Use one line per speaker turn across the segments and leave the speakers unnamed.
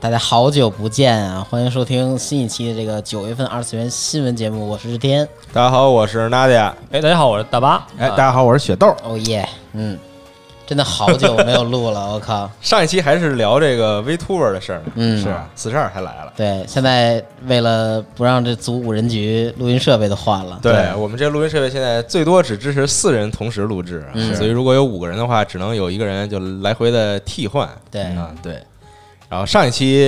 大家好久不见啊！欢迎收听新一期的这个九月份二次元新闻节目，我是日天。
大家好，我是 Nadia。
哎，大家好，我是大巴。
哎，大家好，我是雪豆。
哦耶，嗯，真的好久没有录了，我靠！
上一期还是聊这个 VTuber 的事儿呢，
嗯
是啊四十二还来了。
对，现在为了不让这组五人局录音设备都换了，
对我们这录音设备现在最多只支持四人同时录制啊，
嗯
所以如果有五个人的话，只能有一个人就来回的替换。
对
啊，对。然后上一期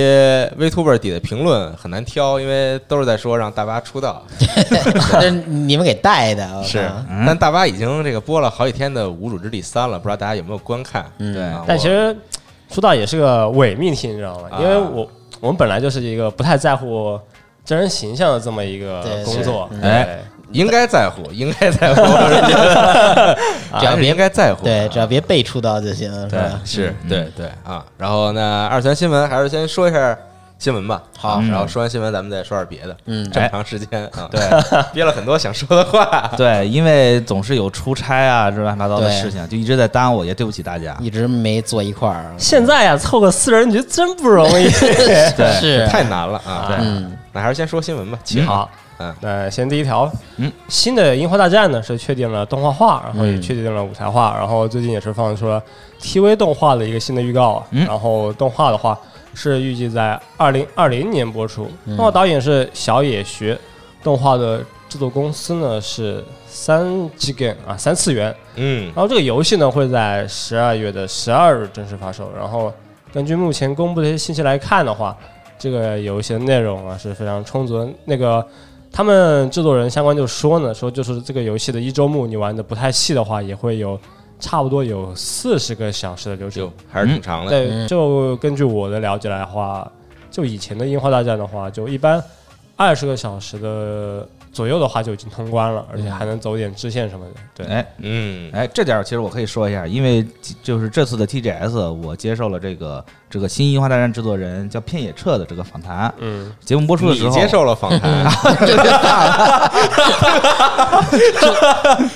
VTuber 底的评论很难挑，因为都是在说让大巴出道，
这是你们给带的，我靠
是，但大巴已经这个播了好几天的《无主之地三》了，不知道大家有没有观看？
嗯
对啊，
但
我
其实出道也是个伪命题，你知道吗？因为我我们本来就是一个不太在乎真人形象的这么一个
对
工作
是，
对
哎， 应该在乎，应该在乎，我是觉得
只
还
要
是
别
应该在乎，啊嗯
对，只要别被出道就行，是吧？
是，对对啊。然后呢，二次元新闻还是先说一下新闻吧。
好
啊然后说完新闻，咱们再说点别的。
嗯
这么长时间啊，对， 憋了很多想说的话。
对，因为总是有出差啊，这乱七八糟的
对
事情，就一直在耽误，也对不起大家。
一直没坐一块儿，
现在呀，凑个四人局真不容易。
对
是
太难了啊！
对
嗯
那还是先说新闻吧。请，
好，
嗯，
那先第一条，
嗯，
新的《樱花大战》呢是确定了动画化，然后也
嗯
确定了舞台化，然后最近也是放出了 TV 动画的一个新的预告，
嗯
然后动画的话是预计在二零二零年播出，动画导演是小野学，动画的制作公司呢是三 G g a m 啊三次元，
嗯
然后这个游戏呢会在十二月的十二日正式发售。然后根据目前公布的一些信息来看的话，这个游戏的内容啊是非常充足的。那个他们制作人相关就说呢，说就是这个游戏的一周目你玩的不太细的话，也会有差不多有四十个小时的流程
就。还是挺长的。
对，就根据我的了解来的话，就以前的樱花大战的话，就一般二十个小时的左右的话就已经通关了，而且还能走点支线什么的。对，
哎
嗯，
哎，这点儿其实我可以说一下，因为就是这次的 TGS，我接受了这个这个新樱花大战制作人叫片野彻的这个访谈。
嗯，
节目播出的时
你
候，
接受了访谈，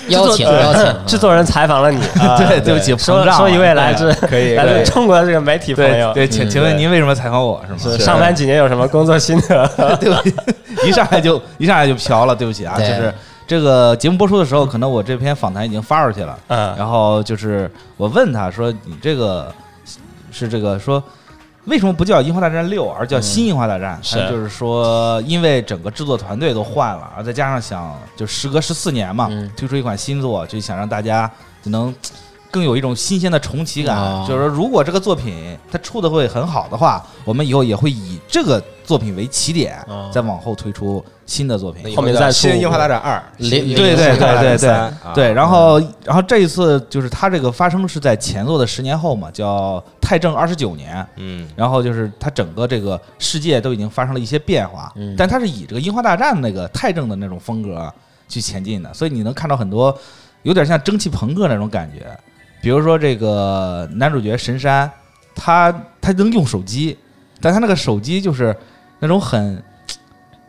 邀请邀请，
制作人采访了你，啊
对对不起
说
膨胀了
说一位来
对
自
可以
来
可以
自中国的这个媒体朋
对
友，
对，请请问您为什么采访我是吗？
是上 班几年有什么工作心得？
对不起， 一上来就一上来就飘了，对不起啊，就
对
是这个节目播出的时候，可能我这篇访谈已经发出去了，
嗯
然后就是我问他说，你这个是这个说。为什么不叫《樱花大战六》，而叫《
嗯
新樱花大战》
是
他就是说，因为整个制作团队都换了，而再加上想就时隔十四年嘛，
嗯
推出一款新作，就想让大家就能更有一种新鲜的重启感。
哦
就是说，如果这个作品它出的会很好的话，我们以后也会以这个作品为起点，
哦
再往后推出新的作
那
品
以。
后面再
叫
出
新樱花大战二，
零
新
零
对
樱
对
花大战
对对
三
对
啊
对，然后然后这一次就是它这个发生是在前作的十年后嘛，叫太正二十九年。
嗯，
然后就是它整个这个世界都已经发生了一些变化，
嗯
但它是以这个樱花大战那个太正的那种风格去前进的，所以你能看到很多有点像蒸汽朋克那种感觉，比如说这个男主角神山，他他能用手机，但他那个手机就是那种很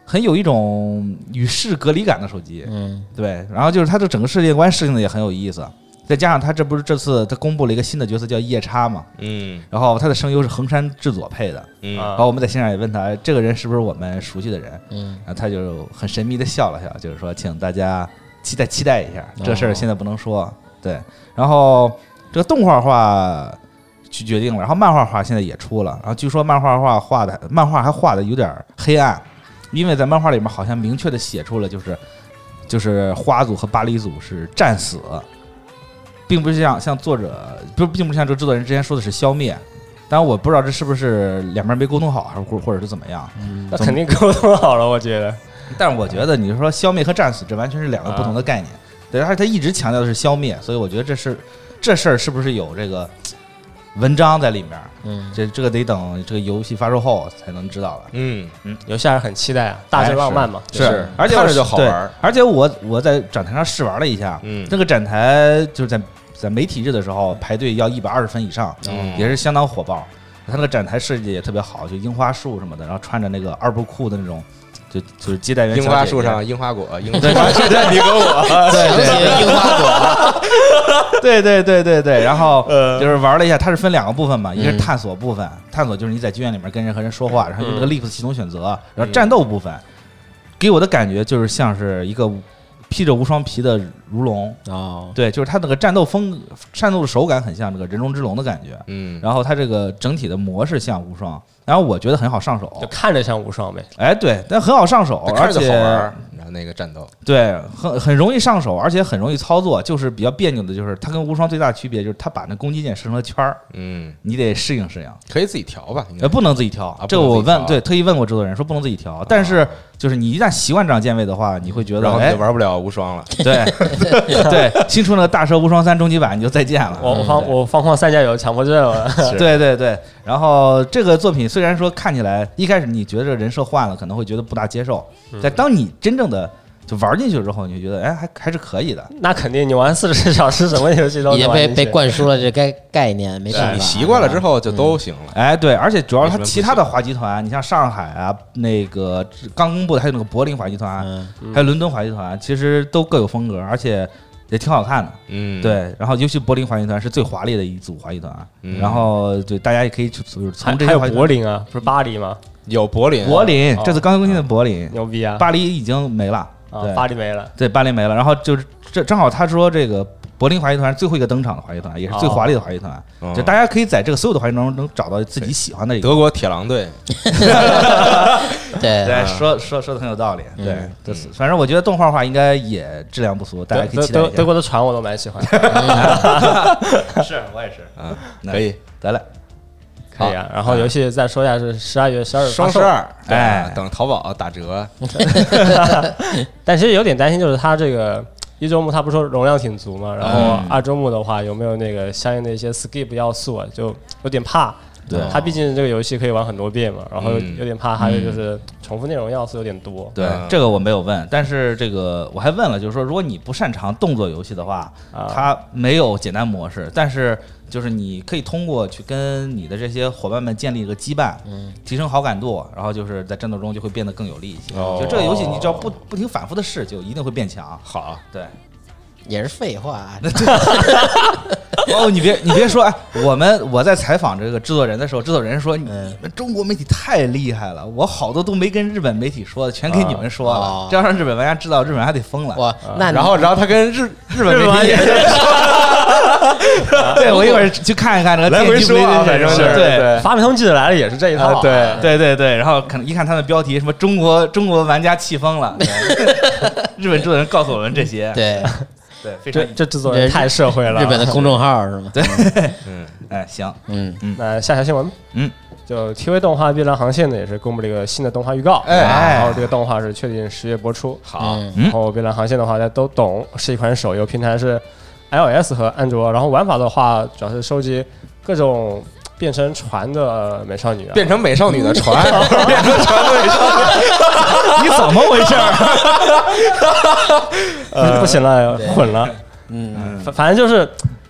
很有一种与世隔离感的手机，
嗯
对，然后就是他的整个世界观设定的也很有意思，再加上他这不是这次他公布了一个新的角色叫夜叉嘛，
嗯
然后他的声优是横山制佐配的，
嗯
啊
然后我们在现场也问他哎这个人是不是我们熟悉的人，
嗯，
然后他就很神秘的笑了笑，就是说请大家期待期待一下，这事儿现在不能说。对，然后这个动画化去决定了，然后漫画化现在也出了，然后据说漫画化画的漫画还画的有点黑暗，因为在漫画里面好像明确的写出了就是就是花组和巴黎组是战死，并不是像像作者不并不是像这个制作人之前说的是消灭。当然，我不知道这是不是两边没沟通好，还是或或者是怎么样。
那肯定沟通好了，我觉得。
但是我觉得你说消灭和战死，这完全是两个不同的概念。对，而且他一直强调的是消灭，所以我觉得这是这事儿是不是有这个文章在里面？
嗯，
这这个得等这个游戏发售后才能知道了。
嗯，
游戏还是很期待啊，大
哎
正浪漫嘛。
是
是而且
看
我
着就好
对
玩儿
而且我我在展台上试玩了一下，
嗯
那个展台就是在在媒体日的时候排队要一百二十分以上，
嗯
也是相当火爆。它那个展台设计也特别好，就樱花树什么的，然后穿着那个二部裤的那种就就是接待员
樱
哎小
花
姐
树
姐
上樱花 果，樱花树上你和 我，
对对
对，樱花果，
对对对对对，然后
呃
就是玩了一下，它是分两个部分嘛，一个是
嗯
探索部分，探索就是你在剧院里面跟任何人说话，然后用这个
嗯
leap 系统选择，然后战斗部分，给我的感觉就是像是一个披着无双皮的如龙，
哦，
对，就是它那个战斗风、战斗的手感很像这个人中之龙的感觉，
嗯，
然后它这个整体的模式像无双，然后我觉得很好上
就
手，
看着像无双呗。
哎，对，但很好上手，而
看着就
且
好玩儿，然后那个战斗，
对，很很容易上手，而且很容易操作。就是比较别扭的，就是它跟无双最大的区别就是它把那攻击键设成了圈儿，
嗯，
你得适应适应，
可以自己调吧，应该
呃，不能自己调。
啊
这
不
个
能
我
自己调
问，对，特意问过制作人说不能自己调，但是就是你一旦习惯这样键位的话，你会觉得
然后你
哎
就，玩不了无双了，
对 对，新出那个大蛇无双三终极版你就再见了。
哦
我
嗯
我方我方框三下有强迫症了，
对对对，然后这个作品虽然说看起来一开始你觉得这人设换了，可能会觉得不大接受，
嗯
但当你真正的就玩进去之后，你就觉得哎，还还是可以的。
那肯定你玩四十小时，什么游戏都
已经
能玩
被
进
被
去
灌输了这概概念，没办法，
哎你习惯了之
后，
后就都行了，
哎，对，而且主要是它
为什么不
其他的滑集团，你像上海啊，那个刚公布的还有那个柏林滑集
啊
团，啊
嗯，
还有伦敦滑集团，其实都各有风格，而且也挺好看的。
嗯，，
对，然后尤其柏林滑集团是最华丽的一组滑集团，啊
嗯
然后对大家也可以去就是
还
从这
还
些
有
滑集
柏
团。
林啊，不是巴黎吗？
有柏林，
柏林
哦，
这次刚更新的柏林，
牛逼啊！
嗯巴黎已经没了，
啊，
对
巴黎没了，
对，巴黎没了。然后就是这正好他说这个柏林滑集团最后一个登场的滑集团，也是最华丽的滑集团，
嗯
就大家可以在这个所有的滑集团中能找到自己喜欢的一个。
德国铁狼队，
对，
对，说说说的很有道理。
嗯
对，这是反正我觉得动画化应该也质量不俗，大家
德
可以
德
期待
德
一
德
下。
国的船我都蛮喜欢，
是我也是，
嗯，可以，
得嘞。
可以啊。然后游戏再说一下是十二月十二
双十，二，对啊
哎嗯
等淘宝打折，
但其实有点担心，就是它这个一周目它不是说容量挺足嘛，然后
嗯
二周目的话有没有那个相应的一些 skip 要素啊，就有点怕。
对
它毕竟这个游戏可以玩很多遍嘛，然后有
嗯
有点怕，还有就是重复内容要素有点多。
对
嗯，
这个我没有问，但是这个我还问了，就是说，如果你不擅长动作游戏的话，
啊
它没有简单模式，但是就是你可以通过去跟你的这些伙伴们建立一个羁绊，
嗯，
提升好感度，然后就是在战斗中就会变得更有力一些。
哦
就这个游戏，你只要不不停反复的试，就一定会变强。
好，
对，
也是废 话，啊
哦，你别你别说，哎，我们我在采访这个制作人的时候，制作人说你
嗯
们中国媒体太厉害了，我好多都没跟日本媒体说的，全给你
啊
们说
哦
了，这要让日本玩家知道，日本人还得疯了。
哇，那你
然后然后他跟日日本媒体也
对，我一会儿去看一看这个
来回
电击
说啊，反
不对
正
称
是
对。
发明通记者来了也是这一套
啊
啊，
对
对对对，然后可能一看他的标题，什么中国中国玩家气疯了， 日本制作人告诉我们这些，
对
对，非常
这这制作人
这
太社会了。
日本的公众号是吗？
对，
嗯，
哎行，
嗯，
那下条新闻，
嗯，
就 TV 动画《碧蓝航线》呢也是公布了一个新的动画预告，
哎
然后这个动画是确定十月播出。
好，
嗯
嗯
然后《碧蓝航线》的话大家都懂，是一款手游，平台是 iOS 和安卓，然后玩法的话主要是收集各种变成船的美少女啊。
变成美少女的船，
嗯
变成船的美少女，
你怎么回事儿？
呃不行了，混了，
嗯，
反反正就是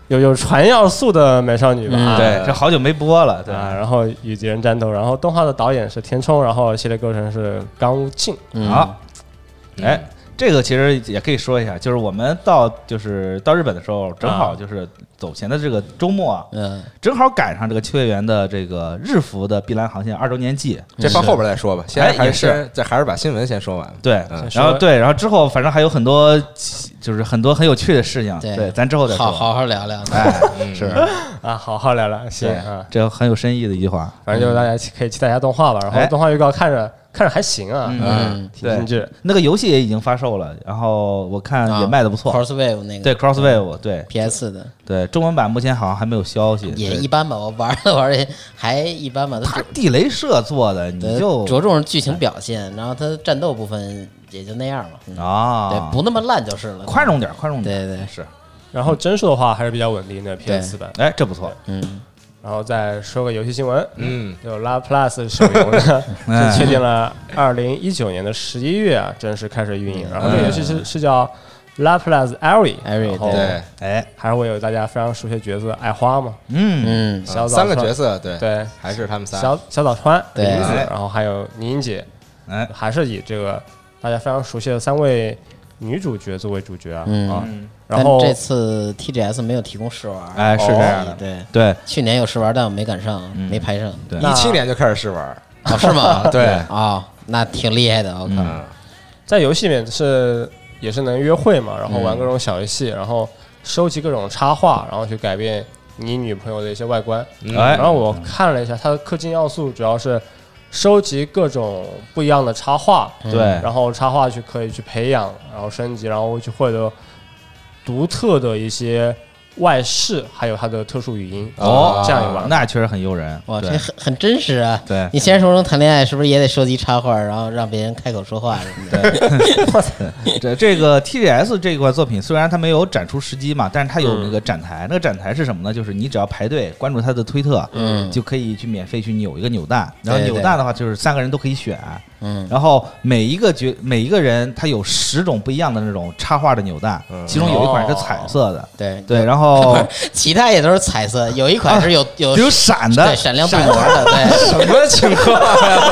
有有船要素的美少女吧。
嗯
对，这好久没播了，对，
啊，然后与敌人战斗，然后动画的导演是田冲，然后系列构成是冈屋静。
嗯
好，哎，这个其实也可以说一下，就是我们到就是到日本的时候，正
啊
好就是走前的这个周末啊，
嗯，
正好赶上这个秋叶原的这个日服的碧蓝航线二周年祭。
嗯
这放后边再说吧，现在
哎
还
也是
是这还是把新闻先说完，
对，
嗯
然后对，然后之后反正还有很多，就是很多很有趣的事情，
对
对，咱之后再说。
好好好聊聊，
哎，
嗯
是，
啊，好好聊聊，行
对
啊，，
这很有深意的一句话。
反正就是大家期可以期待一下动画吧。然后
哎
动画预告看着看着还行啊，
嗯
挺精致。
那个游戏也已经发售了，然后我
啊
看嗯也卖的不错。
，Crosswave 那个
对，Crosswave，对
PS 的
对，中文版目前好像还没有消息。
也
对
一般吧，我玩了 玩也还一般吧，它
它地雷社做的，
着
你就
着重是剧情表现，然后它战斗部分也就那样吧，嗯
啊，
对，不那么烂就是了，
宽容点儿，宽容点儿。
对对，
是，
然后帧数的话还是比较稳定的 PS 版。
哎，这不错。
嗯，
然后再说个游戏新闻，
嗯，
就 La Plus 手 游呢
哎
是确定了二零一九年的十一月啊正式开始运营。然后这个游戏是是叫 La Plus Airy，
Airy，
然后
嗯对，
对
嗯
哎，
还是会有大家非常熟悉的角色爱花嘛，
嗯，
嗯，
小
嗯
枣
三个
川
角色，对，
对，
还是他们仨，
小小早川、
对
梨子，
哎
然后还有宁姐。
哎，
还是以这个大家非常熟悉的三位女主角作为主角啊。
嗯
啊
嗯，
然后
但这次 TGS 没有提供试玩，
哎，是这样的，
对，
对
去年有试玩，但我没赶上，
嗯
没 排上。
对，
一七年就开始试玩，
哦，是 吗？
对
哦，那挺厉害的。我靠，
嗯
在游戏里面是也是能约会嘛，然后玩各种小游戏，然后收集各种插画，然后去改变你女朋友的一些外观。
嗯
哎
然后我看了一下，它的氪金要素主要是收集各种不一样的插画，
对，
然后插画去可以去培养，然后升级，然后去获得独特的一些外饰，还有它的特殊语音。
哦
这样一玩，
那确实很诱人，
哇，这
对
很很真实啊！
对
你现实生活中谈恋爱是不是也得收集插画，然后让别人开口说话什么的？
这这个 TGS 这款作品虽然它没有展出时机嘛，但是它有
嗯
那个展台，那个展台是什么呢？就是你只要排队关注它的推特，
嗯
就可以去免费去扭一个扭蛋，然后
对对
扭蛋的话就是三个人都可以选，
嗯，
然后每一个角每一个人他有十种不一样的那种插画的扭蛋，
嗯
其中有一款是彩色的，
哦对，哦
对，然后
其他也都是彩 色，有一款呃是有有
有闪的
对，闪亮镀膜的，对，
什么情况
啊
呀？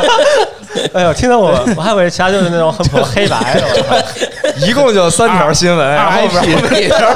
哎呦，听得我我还以为其他就是那种很普通黑白的，我 操
一共就三条新闻，然后边每条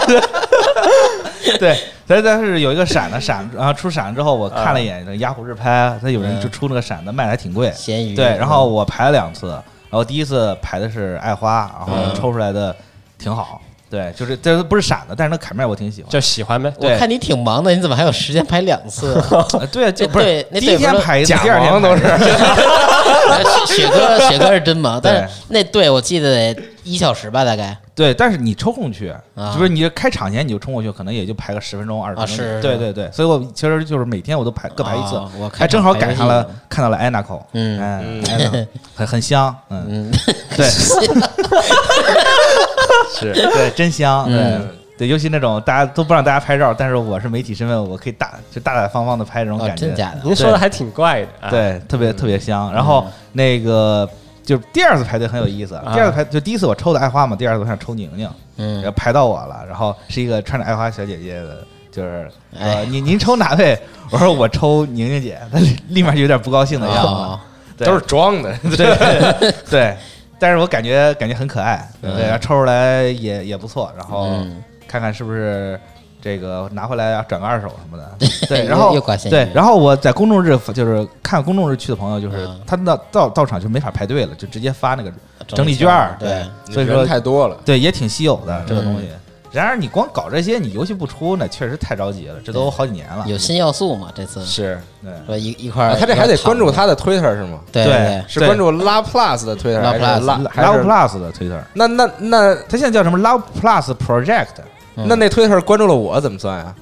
对，但但是有一个闪的闪，然后出闪之后，我
嗯
看了一眼那个雅虎日拍，它有人就出那个闪的，卖的还挺贵。
咸鱼
对，然
嗯
后我排了两次，然后第一次排的是爱花，然后
嗯
抽出来的挺好。对，就是这不是闪的，但是那卡面我挺喜 欢。
就喜欢呗。
我
对
看你挺忙的，你怎么还有时间排两 次？
呃对，就
这
不是
对那
第一
对不
天
是
排一次，
假
第二
王
天
都是
排一次
雪雪哥，雪哥是真忙，
对
但是那对我记得得一小时吧，大概
对，但是你抽空去，
啊
就是你开场前你就冲过去，可能也就排个十分钟、二十分钟。
啊是
对对对，所以我其实就是每天我都排各排一次
啊，我
还
看
正好赶上
排
了看到了安娜口，
嗯
哎
嗯
安娜口很很香，嗯， 对
戏了，
是
对，真香，对
嗯
对，尤其那种大家都不让大家拍照，但是我是媒体身份，我可以大就大大方方的拍这种
哦，
感觉，
真假的？
您说的还挺怪的，
哎
啊，
对，特
嗯
别特别香。然后那个就是第二次排队很有意思，第二次排就第一次我抽的爱花嘛，第二次我想抽宁宁，
啊嗯
然后排到我了，然后是一个穿着爱花小姐姐的，就是
哎
呃，您您抽哪位？我说我抽宁宁姐，她立立马就有点不高兴的样子
哦，
对
都是装的，
对对，但是我感觉感觉很可爱，对，
嗯
然后抽出来也也不错，然后
嗯
看看是不是这个拿回来啊转个二手什 么的，对，然后
又又挂闲鱼
对，然后我在公众日就是看公众日去的朋友，就是
嗯
他到到到场就没法排队了，就直接发那个整理
券
券儿
儿，，嗯
所以说
人太多了。
对也挺稀有的这个东西。然而你光搞这些，你游戏不出，那确实太着急了，这都好几年了，
有新要素嘛？这次
是，对。
说一一块
啊
儿，
他这还得关注
一块
他的 Twitter 是吗？
儿躺着，对
对
是关注拉 Plus 的 Twitter
拉
还是
Plus
拉还
Love
是
Plus 的 Twitter，
那那那
它现在叫什么 Love Plus Project，
嗯
那那 Twitter 关注了我怎么算啊？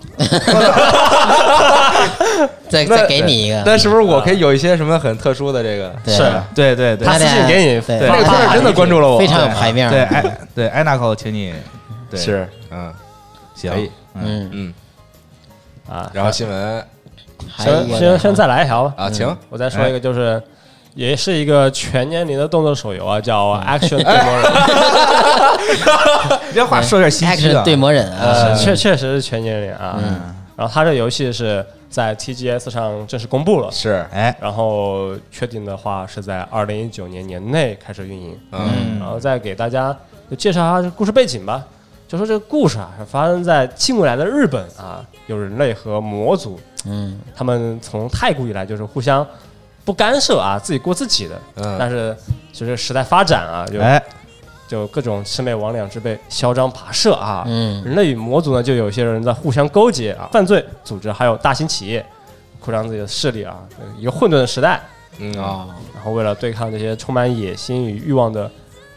再
那
再给你一个，
那是不是我可以有一些什么很特殊的这个？
对
是
对对对，
他私信给你
对
发
那个
他
Twitter 真的关注了我，
非常有排面儿，哎
对，哎，对，安娜口，请你，对，
是嗯可以
行，嗯，
嗯，
嗯。
啊，
然后新闻
还有
先
一个
先先再来一条吧。嗯
啊，请
我再
哎
说一个，就是也是一个全年龄的动作手游啊，叫
嗯
Action 对魔人，
哎
你这话说有点心虚
action
啊，
对魔忍啊，
呃，确确实是全年龄啊。
嗯
然后它这游戏是在 TGS 上正式公布了，
是
哎，
然后确定的话是在二零一九年年内开始运营。
嗯
然后再给大家就介绍一下这故事背景吧。就说这个故事啊，是发生在近未来的日本啊，有人类和魔族，
嗯，
他们从太古以来就是互相不干涉啊，自己过自己的。
嗯
但是随着时代发展啊，就、
哎，
就各种魑魅魍魉之辈嚣张跋涉啊。
嗯
人类与魔族呢，就有些人在互相勾结啊，犯罪组织还有大型企业扩张自己的势力啊，一个混沌的时代。
嗯啊，
哦，
然后为了对抗这些充满野心与欲望的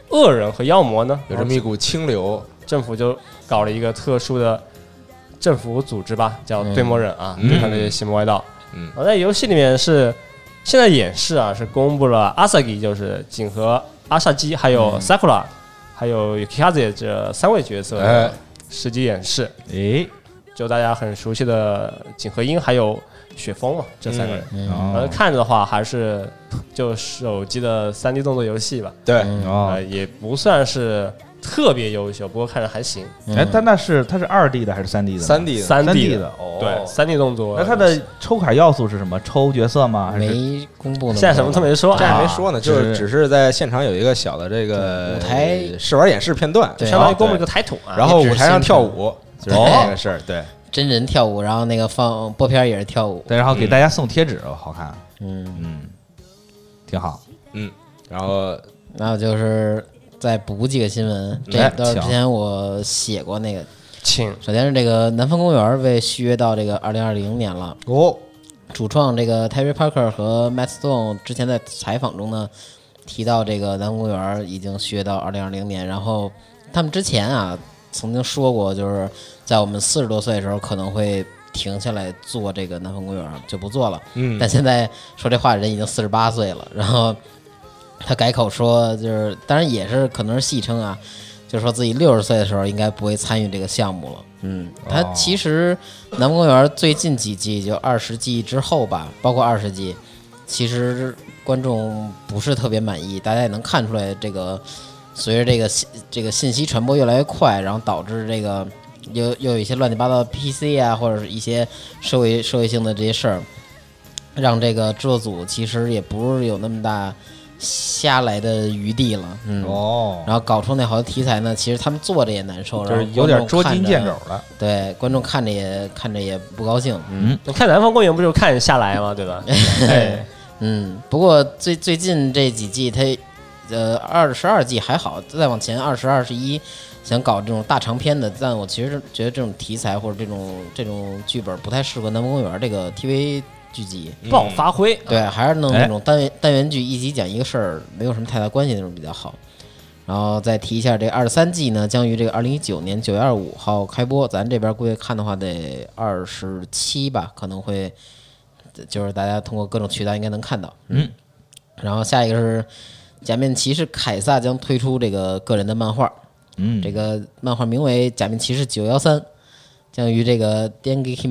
恶人和妖魔呢，
有这么一股清流，
政府就搞了一个特殊的政府组织吧，叫对魔忍啊，
嗯
对抗这些邪魔歪道。
嗯
我在游戏里面是现在演示啊，是公布了阿萨吉，就是锦和阿萨基，还
嗯
有 Sakura，、还有 Yukiaze 这三位角色
哎
的实际演示，
哎，
就大家很熟悉的锦和樱还有雪峰嘛，这三个人。
嗯
呃，
哦，
看着的话还是就手机的三 D 动作游戏吧，
对
嗯
哦
呃，也不算是特别优秀，不过看着还行。
嗯
哎，但那是它是二 D 的还是三 D 的呢？
三 D 的，
三
D
的，
哦，
对，三 D 动作。
那它的抽卡要素是什么？抽角色吗？还是
没公布呢，
现在什么都没说
这，还没
啊
说呢，就是
是
只是在现场有一个小的这个
舞台
试玩演示片段，
对
相当于
对
公布一个台桶啊。
然后舞台上跳舞，就是
哦
这个事儿，对，
真人跳舞，然后那个放播片儿也是跳舞，
对，然后给大家送贴纸，好看，
嗯，
嗯，挺好。
嗯，然后
然后就是再补几个新闻，这
哎
都是
请
之前我写过那个。
请
首先是这个南方公园被续约到这个二零二零年了，
哦，
主创这个 Terry Parker 和 Matt Stone 之前在采访中呢提到，这个南公园已经续约到二零二零年。然后他们之前啊曾经说过，就是在我们四十多岁的时候可能会停下来做这个南方公园，就不做了。
嗯
但现在说这话的人已经四十八岁了，然后他改口说，就是当然也是可能是戏称啊，就是说自己六十岁的时候应该不会参与这个项目了。嗯，他
哦
其实南方公园最近几季，就二十季之后吧，包括二十季，其实观众不是特别满意，大家也能看出来这个。随着这个信这个信息传播越来越快，然后导致这个又又有一些乱七八糟的 PC 啊，或者是一些社会社会性的这些事儿，让这个制作组其实也不是有那么大下来的余地了。嗯，
哦，
然后搞出那好多题材呢，其实他们做着也难受，
就是
然后
有点
观众
捉
看
襟
着啊
见肘。了。
对，观众看着也看着也不高兴。嗯
你看南方公园不就是看下来吗？对吧？ 哎，
嗯，不过最最近这几季他，呃，二十二季还好，再往前二十二十一。想搞这种大长篇的，但我其实觉得这种题材或者这种这种剧本不太适合《南方公园》这个 TV 剧集。
不好发挥。
对，还是弄
哎
那种单元、单元剧，一集讲一个事儿，没有什么太大关系那种比较好。然后再提一下，这二十三季呢，将于这个二零一九年九月二十五号开播。咱这边估计看的话得二十七吧，可能会，就是大家通过各种渠道应该能看到。嗯。然后下一个是《假面骑士凯撒》将推出这个个人的漫画，
嗯，
这个漫画名为《假面骑士九幺三》，将于这个《Denki Kimao》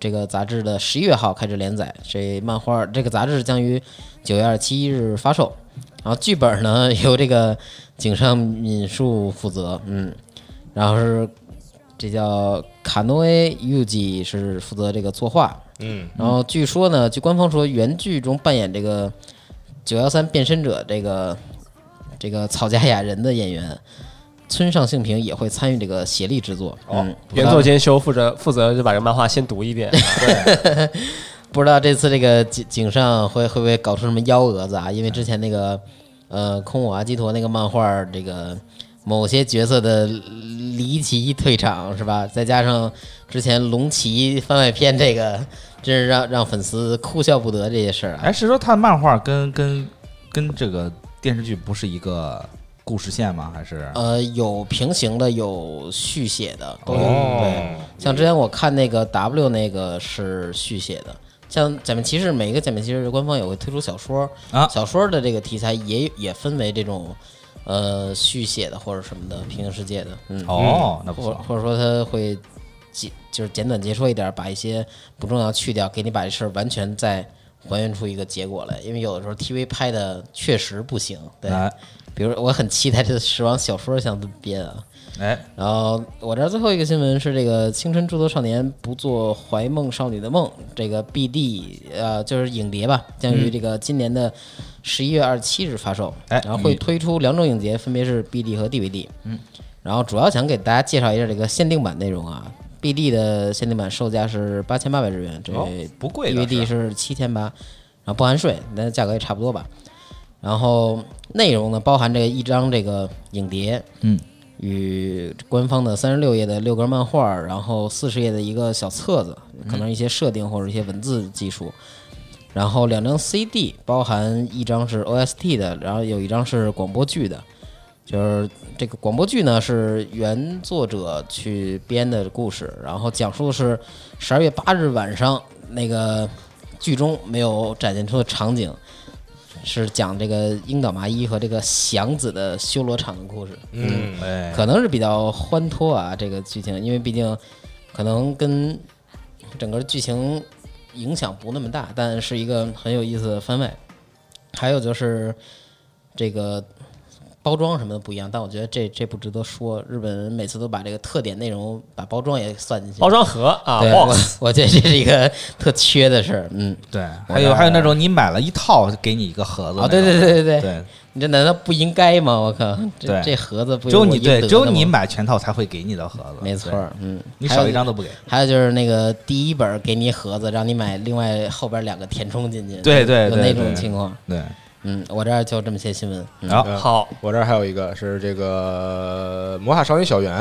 这个杂志的十一月号开始连载。这漫画这个杂志将于九月二十七日发售。然后剧本呢由这个井上敏树负责，嗯，然后是这叫卡诺埃 Uji 是负责这个作画，
嗯，
然后据说呢，据官方说，原剧中扮演这个九幺三变身者这个这个草加雅人的演员村上幸平也会参与这个协力制作。嗯，不知
原
道
作兼修，负责负责就把这漫画先读一遍。
不知道这次这个井井上会会不会搞出什么幺蛾子啊？因为之前那个呃空我阿基陀那个漫画儿，这个某些角色的离奇退场是吧？再加上之前龙骑番外篇这个，真是让让粉丝哭笑不得这些事儿啊。
哎，是说他漫画跟跟跟这个电视剧不是一个故事线吗？还是
呃，有平行的，有续写的，都有。对，
哦，
像之前我看那个 W 那个是续写的，像假面骑士，每一个假面骑士官方也会推出小说，
啊
小说的这个题材也也分为这种呃续写的或者什么的平行世界的，嗯，
哦，那不
或
错，
或者说他会简就是简短截说一点，把一些不重要去掉，给你把这事儿完全再还原出一个结果来，因为有的时候 TV 拍的确实不行，对，
哎
比如我很期待这个时王小说想怎么编啊。
哎，
然后我这儿最后一个新闻是这个青春驻足少年不做怀梦少女的梦，这个 BD 呃就是影碟吧，将于这个今年的十一月二十七日发售，
嗯哎
然后会推出两种影碟，分别是 BD 和 DVD。嗯，然后主要想给大家介绍一下这个限定版内容啊。BD 的限定版售价是八千八百日元，这
哦不贵倒是
DVD 是七千八，然后不含税，那价格也差不多吧。然后内容呢，包含这个一张这个影碟，
嗯，
与官方的三十六页的六格漫画，然后四十页的一个小册子，可能一些设定或者一些文字技术。然后两张 CD，包含一张是 OST 的，然后有一张是广播剧的。就是这个广播剧呢，是原作者去编的故事，然后讲述的是十二月八日晚上那个剧中没有展现出的场景，是讲这个樱岛麻衣和这个祥子的修罗场的故事。
嗯，
哎，
可能是比较欢脱啊，这个剧情，因为毕竟可能跟整个剧情影响不那么大，但是一个很有意思的番外。还有就是这个包装什么的不一样，但我觉得这这不值得说。日本人每次都把这个特点内容把包装也算进去，
包装盒啊
对，我
，box，
我 觉得这是一个特缺的事儿。嗯，
对，
我
还有
的
还有那种你买了一套给你一个盒子那
哦，
种，
对对对对对，
啊对
你这难道不应该吗？我靠，这
对
这盒子不
只有
由我
你
应得
对，只有
的吗
你，买全套才会给你的盒子，
没错
对
儿，嗯，
你
还
少
有
一张都不给。
还有就是那个第一本儿给你盒子，让你买另外后边两个填充进去，
对对
有
对
那
对啊
种情况。
对，
嗯，我这儿就这么些新闻。嗯
然后
嗯
好，
我这儿还有一个是这个《魔法少女小圆》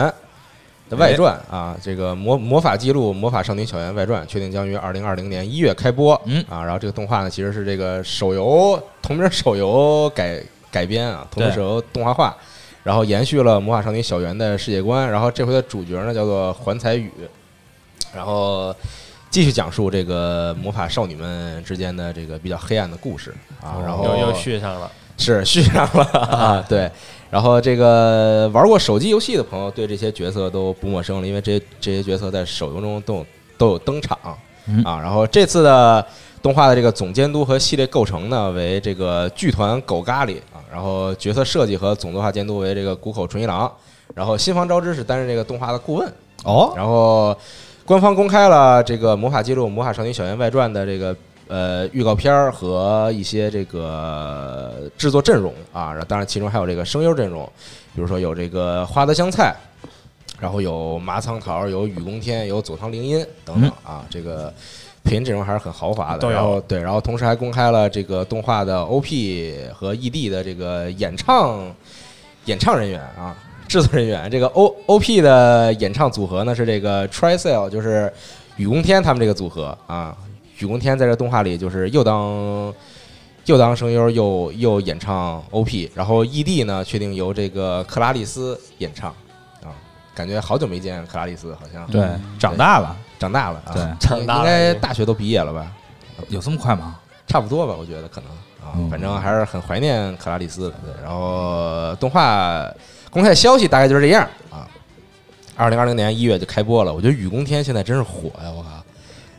的外传啊，这个魔魔法记录《魔法少女小圆外传》确定将于二零二零年一月开播。
嗯
啊，然后这个动画呢，其实是这个手游同名手游改改编啊，同名
对
手游动画化，然后延续了《魔法少女小圆》的世界观，然后这回的主角呢叫做环彩羽，然后。继续讲述这个魔法少女们之间的这个比较黑暗的故事啊，然后
又又续上了，
是续上了 啊，对。然后这个玩过手机游戏的朋友对这些角色都不陌生了，因为这些这些角色在手游中都有都有登场
嗯
啊。然后这次的动画的这个总监督和系列构成呢为这个剧团狗咖喱啊，然后角色设计和总动画监督为这个谷口纯一郎，然后新房昭之是担任这个动画的顾问。
哦，
然后官方公开了这个《魔法记录》《魔法少女小圆外传》的这个呃预告片儿和一些这个呃制作阵容啊，然后当然其中还有这个声优阵容，比如说有这个花泽香菜。然后有麻仓桃，有雨宫天，有佐仓绫音等等啊，这个配音阵容还是很豪华
嗯都
的。
有
然后对，然后同时还公开了这个动画的 OP 和 ED 的这个演唱演唱人员啊，制作人员。这个 O O P 的演唱组合呢是这个 Tricell，就是雨宫天他们这个组合啊。雨宫天在这动画里就是又当又当声优又又演唱 O P，然后 E D 呢确定由这个克拉丽丝演唱啊，感觉好久没见克拉丽丝，好像
嗯对，长大了，
长大了啊，
对
长大了
应该大学都毕业了吧？
有这么快吗？
差不多吧，我觉得可能啊
嗯，
反正还是很怀念克拉丽丝的。对，然后动画公开消息大概就是这样啊。二零二零年一月就开播了，我觉得雨宫天现在真是火呀！我靠，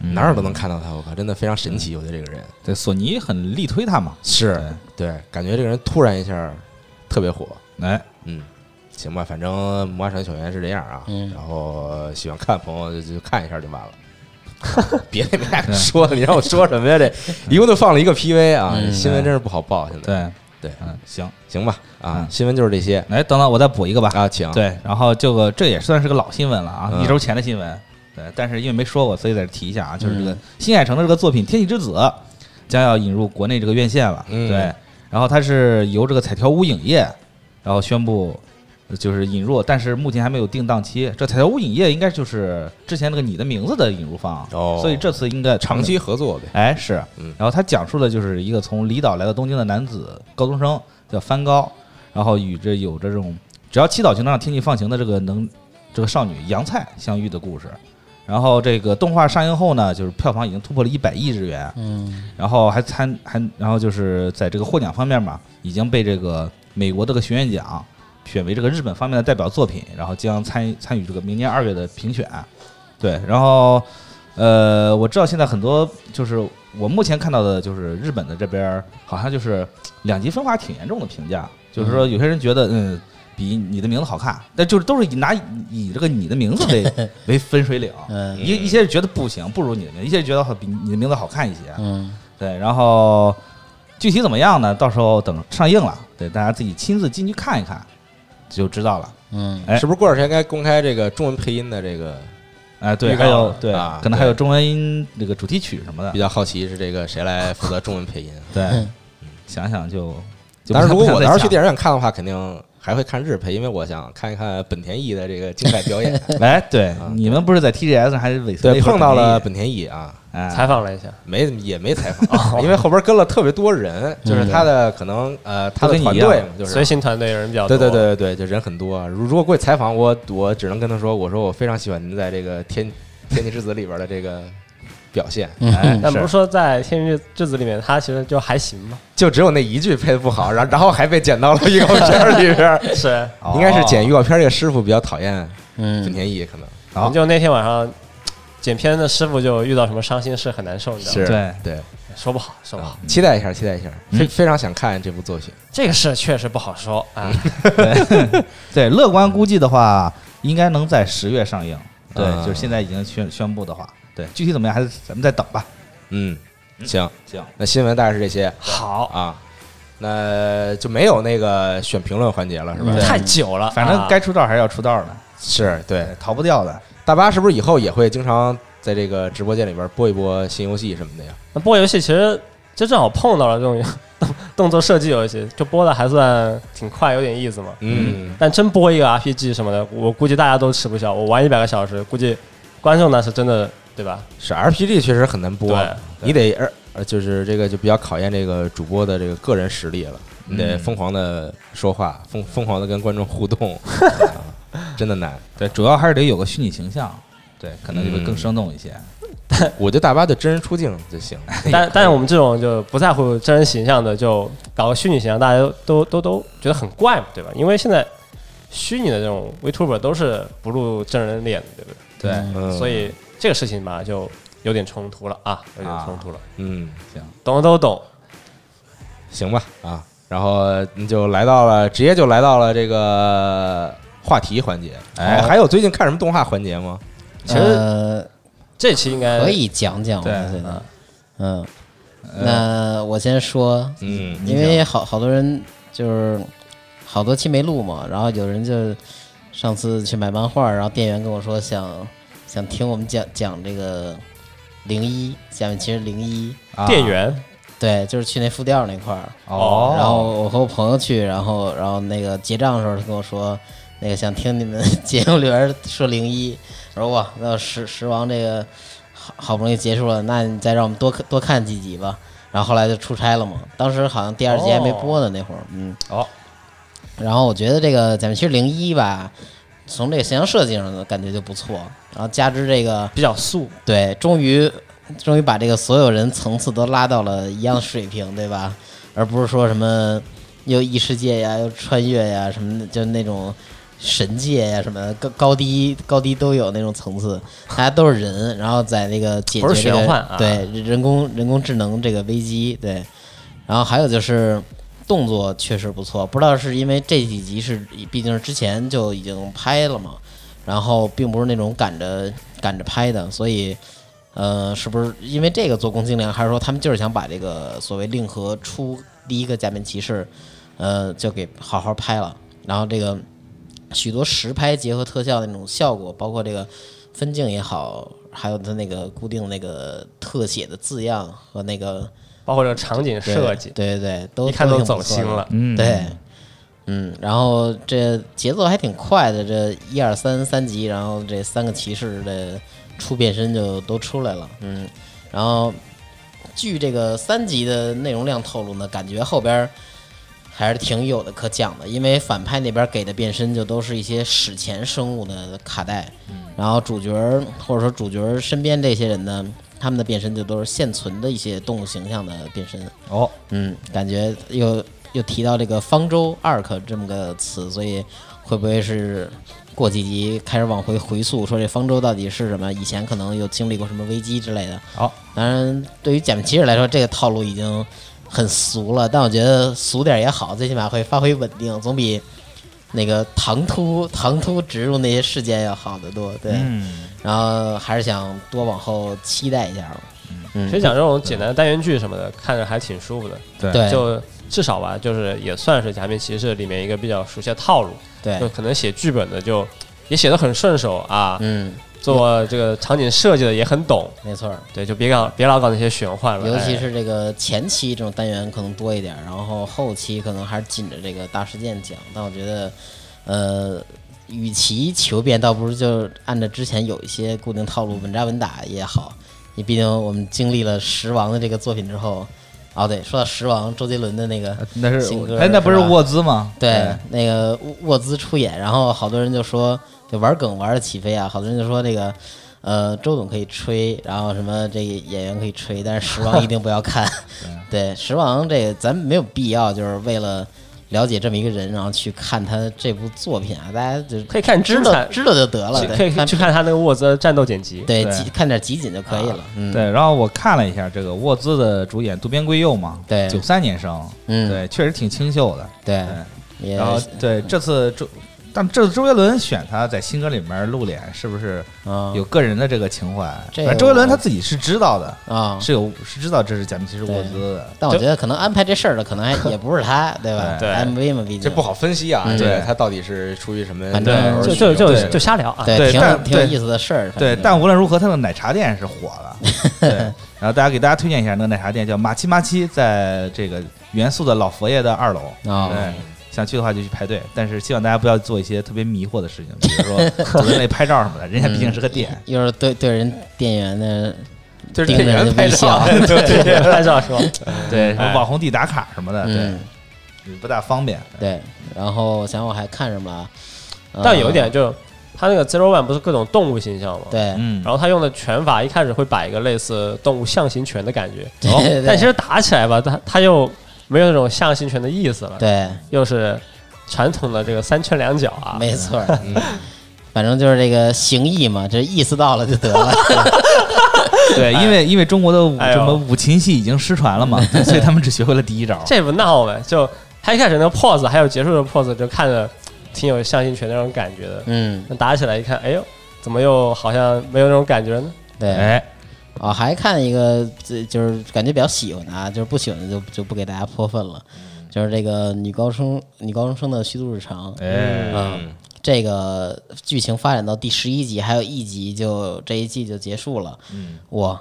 嗯
哪儿都能看到他，我靠，真的非常神奇。我觉得这个人
对，索尼很力推他嘛。
是
对
对，感觉这个人突然一下特别火。
哎，
嗯，行吧，反正《魔法少女小圆》是这样啊。
嗯
然后喜欢看的朋友就就看一下就完了。别的没啥可说的，你让我说什么呀？这一共就放了一个 PV 啊，
嗯
新闻真是不好报。现在
对
对
嗯，行，
行吧，啊
嗯，
新闻就是这些
来，等等，我再补一个吧。
啊，请
对，然后这个这也算是个老新闻了啊，
嗯
一周前的新闻。对，但是因为没说过，所以在这提一下啊，就是这个
嗯
新海诚的这个作品《天气之子》将要引入国内这个院线了。
嗯
对，然后它是由这个彩条屋影业，然后宣布呃就是引入，但是目前还没有定档期。这彩条屋影业应该就是之前那个《你的名字》的引入方，
哦
所以这次应该
长期合作呗。
哎，是，
嗯
然后他讲述的就是一个从离岛来到东京的男子高中生叫帆高，然后与这有着这种只要七岛就能让天气放晴的这个能这个少女杨菜相遇的故事。然后这个动画上映后呢，就是票房已经突破了一百亿日元，
嗯，
然后还参还然后就是在这个获奖方面嘛，已经被这个美国这个学院奖选为这个日本方面的代表作品，然后将参参与这个明年二月的评选。对，然后呃，我知道现在很多就是我目前看到的，就是日本的这边儿好像就是两极分化挺严重的评价，就是说有些人觉得嗯。比你的名字好看，但就是都是以拿以以这个你的名字为为分水岭，
嗯
一一些人觉得不行，不如你的名字；一些人觉得好比你的名字好看一些，
嗯，
对，然后具体怎么样呢？到时候等上映了，对大家自己亲自进去看一看就知道了。
嗯，
哎
是不是过段时间该公开这个中文配音的这个？
哎，
预
对，
告
还有
了
对
啊，
可能
对
还有中文音这个主题曲什么的
比。较好奇是这个谁来负责中文配音？
对
嗯，
想想就，就
但是
不
如果
想
我
再
到时候去
想
电影院看的话，肯定还会看日配，因为我想看一看本田翼的这个精彩表演。
哎，对
啊，
你们不是在 TGS 上还是尾
对，
那会儿
碰到了
本
本田翼啊，
地哎
采访了一下，
没也没采 访，因为后边跟了特别多人，就是他的可能呃他
都
的
跟你
团
一样
队嘛，就是
随行团队人比较
对
多，
对对对对，就人很多啊。如如果过去采访我，我只能跟他说，我说我非常喜欢您在这个天《天气之子》里边的这个表现，
哎，
但不嗯是
是
说在《天之之子》里面，他其实就还行嘛，
就只有那一句配的不好，然后然后还被剪到了预告片里边。
是。
应该是剪预告片这个师傅比较讨厌本
嗯，
田翼，可能
好
就那天晚上，剪片的师傅就遇到什么伤心事，很难受，你知道吗？
对
对，
说不好，说不好，
期待一下，期待一下，非
嗯
非常想看这部作品。
这个事确实不好说啊。
对， 乐观估计的话，应该能在十月上映。对，
啊
就是现在已经宣宣布的话，对，具体怎么样还是咱们再等吧。
嗯，行，
行，
那新闻大概是这些
好，
啊，那就没有那个选评论环节了，是吧？
对
太久了，
反正
啊
该出道还是要出道的，
是对
对，逃不掉的。
大巴是不是以后也会经常在这个直播间里边播一播新游戏什么的呀？
那播游戏其实就正好碰到了这种 动动作射击游戏，就播的还算挺快，有点意思嘛。
嗯，
但真播一个 RPG 什么的，我估计大家都吃不消。我玩一百个小时，估计观众那是真的，对吧？
是 RPG 确实很难播
对，
你得呃呃，就是这个就比较考验这个主播的这个个人实力了，你得
嗯
疯狂的说话， 疯疯狂的跟观众互动， 啊真的难。
对，主要还是得有个虚拟形象，对，可能就
嗯
会更生动一些。
我觉得大巴就真人出镜就行，
但但是我们这种就不在乎真人形象的，就搞个虚拟形象，大家都都都都觉得很怪嘛，对吧？因为现在虚拟的这种 VTuber 都是不露真人脸的，对不对？
对，
嗯
所以这个事情吧，就有点冲突了啊，有点冲突了。
嗯，
行，
懂的都懂，
行吧啊，然后你就来到了，直接就来到了这个话题环节。
哎
还有最近看什么动画环节吗？
其实
呃
这期应该
可以讲讲，我
对啊
觉得，嗯，
呃
那我先说，
嗯
因为好好多人就是好多期没录嘛，然后有人就上次去买漫画，然后店员跟我说想想听我们讲讲这个零一，下面其实零一，
啊
店员
对，就是去那副调那块儿，
哦，
然后我和我朋友去，然后然后那个结账的时候，他跟我说，那个想听你们 节目里边说零一，我说哇，那十十王这个好好不容易结束了，那你再让我们多看多看几集吧。然后后来就出差了嘛，当时好像第二集还没播呢，那会儿，嗯，
哦，
然后我觉得这个咱们其实零一吧，从这个形象设计上的感觉就不错，然后加之这个
比较素，
对，终于终于把这个所有人层次都拉到了一样的水平，对吧？而不是说什么又异世界呀，又穿越呀，什么的，就那种神界呀什么的，高高低高低都有那种层次，大家都是人，然后在那个解决、这
不
个、
是玄幻啊
对人工人工智能这个危机，对，然后还有就是。动作确实不错，不知道是因为这几集是毕竟是之前就已经拍了嘛，然后并不是那种赶着赶着拍的，所以呃，是不是因为这个做宫精灵，还是说他们就是想把这个所谓令和出第一个假面骑士，呃，就给好好拍了，然后这个许多实拍结合特效的那种效果，包括这个分镜也好，还有它那个固定那个特写的字样和那个
包括这个场景
对
设计，
对对对，都
一看
都
都
挺不
走
错
心
的
了。
嗯，
对，嗯，然后这节奏还挺快的，这一二三三集，然后这三个骑士的初变身就都出来了，嗯，然后据这个三集的内容量透露呢，感觉后边儿还是挺有的可讲的，因为反派那边给的变身就都是一些史前生物的卡带，
嗯
然后主角儿或者说主角儿身边这些人呢，他们的变身就都是现存的一些动物形象的变身，
哦，
嗯，感觉又又提到这个方舟 arc 这么个词，所以会不会是过几集开始往回回溯，说这方舟到底是什么？以前可能有经历过什么危机之类的。
好，
当然，对于假面骑士来说，这个套路已经很俗了，但我觉得俗点儿也好，最起码会发挥稳定，总比那个唐突唐突植入那些事件要好得多。对，
嗯，
然后还是想多往后期待一下吧。嗯
其实讲这种简单的单元剧什么的，看着还挺舒服的。
对
对
就至少吧，就是也算是假面骑士里面一个比较熟悉的套路。
对
就，可能写剧本的就也写的很顺手啊，
嗯，
做这个场景设计的也很懂。
没错儿。
对，就别搞别老搞那些玄幻了，
尤其
哎
是这个前期这种单元可能多一点，然后后期可能还是紧着这个大事件讲。但我觉得，呃，与其求变，倒不如就按照之前有一些固定套路稳扎稳打也好。你毕竟我们经历了《十王》的这个作品之后，哦对，说到《十王》，周杰伦的那个
那是
新歌
哎，那不是
是吧
沃兹吗？哎
对，那个沃兹出演，然后好多人就说，就玩梗玩的起飞啊，好多人就说这个，呃，周董可以吹，然后什么这个演员可以吹，但是十王一定不要看。对，十王这个咱们没有必要，就是为了了解这么一个人，然后去看他这部作品啊，大家就
可以看
知
精
道
彩，
知道就得了，
去
对
可以去看他那个沃兹的战斗剪辑。
对
对
集看点集锦就可以了。嗯，
对，然后我看了一下这个沃兹的主演渡边圭佑嘛，
对
九三年生，
嗯
对，确实挺清秀的。
对
对，
也
然后对这次周，但这次周杰伦选他在新歌里面露脸，是不是
啊
有个人的这个情怀？
这
反正周杰伦他自己是知道的，
啊，
是有是知道这是假面骑士沃兹的。
但我觉得可能安排这事儿的可能还也不是他，对吧？
对
MV 嘛，毕竟
这不，好分析啊，
嗯
这
对
他到底是出于什么呃
反
理
正
由
就
去？
就就
对
就瞎聊 啊。
对，
对
挺有
但
挺有
对
意思的事儿。反
对，
正
但无论如何，他的奶茶店是火了。对，然后大家给大家推荐一下，那个奶茶店叫马七马七，在这个元素的老佛爷的二楼。
哦
啊
对，想去的话就去排队，但是希望大家不要做一些特别迷惑的事情，比如 说走进来拍照什么的，人家毕竟是个店。
又是对对人店员的
就是
盯
店
着
员
人
拍啊
微笑
照，，
对，拍照说，
对，什么
哎
网红地打卡什么的，
嗯，
对，不大方便。
对。然后想我还看什么啊？呃
但有一点就，他那个 Zero One 不是各种动物形象吗？。
对，
嗯，
然后他用的拳法一开始会摆一个类似动物象形拳的感觉，哦
对对
但其实打起来吧，他他又没有那种象形拳的意思了，
对，
又是传统的这个三拳两脚啊，
没错儿。反正就是这个形意嘛，这意思到了就得了。
对，因为因为中国的武
哎呦
什么五禽戏已经失传了嘛， 对所以他们只学会了第一招。
这不闹呗？就他一开始那个 pose 还有结束的 pose 就看着挺有象形拳那种感觉的，
嗯，
那打起来一看，哎呦，怎么又好像没有那种感觉呢？
对。
哎，
啊、还看一个，这就是感觉比较喜欢的啊，就是不喜欢的就就不给大家泼粪了。就是这个女高中女高中生的虚度日常，
哎，
嗯，这个剧情发展到第十一集，还有一集就这一季就结束了。
嗯，
哇，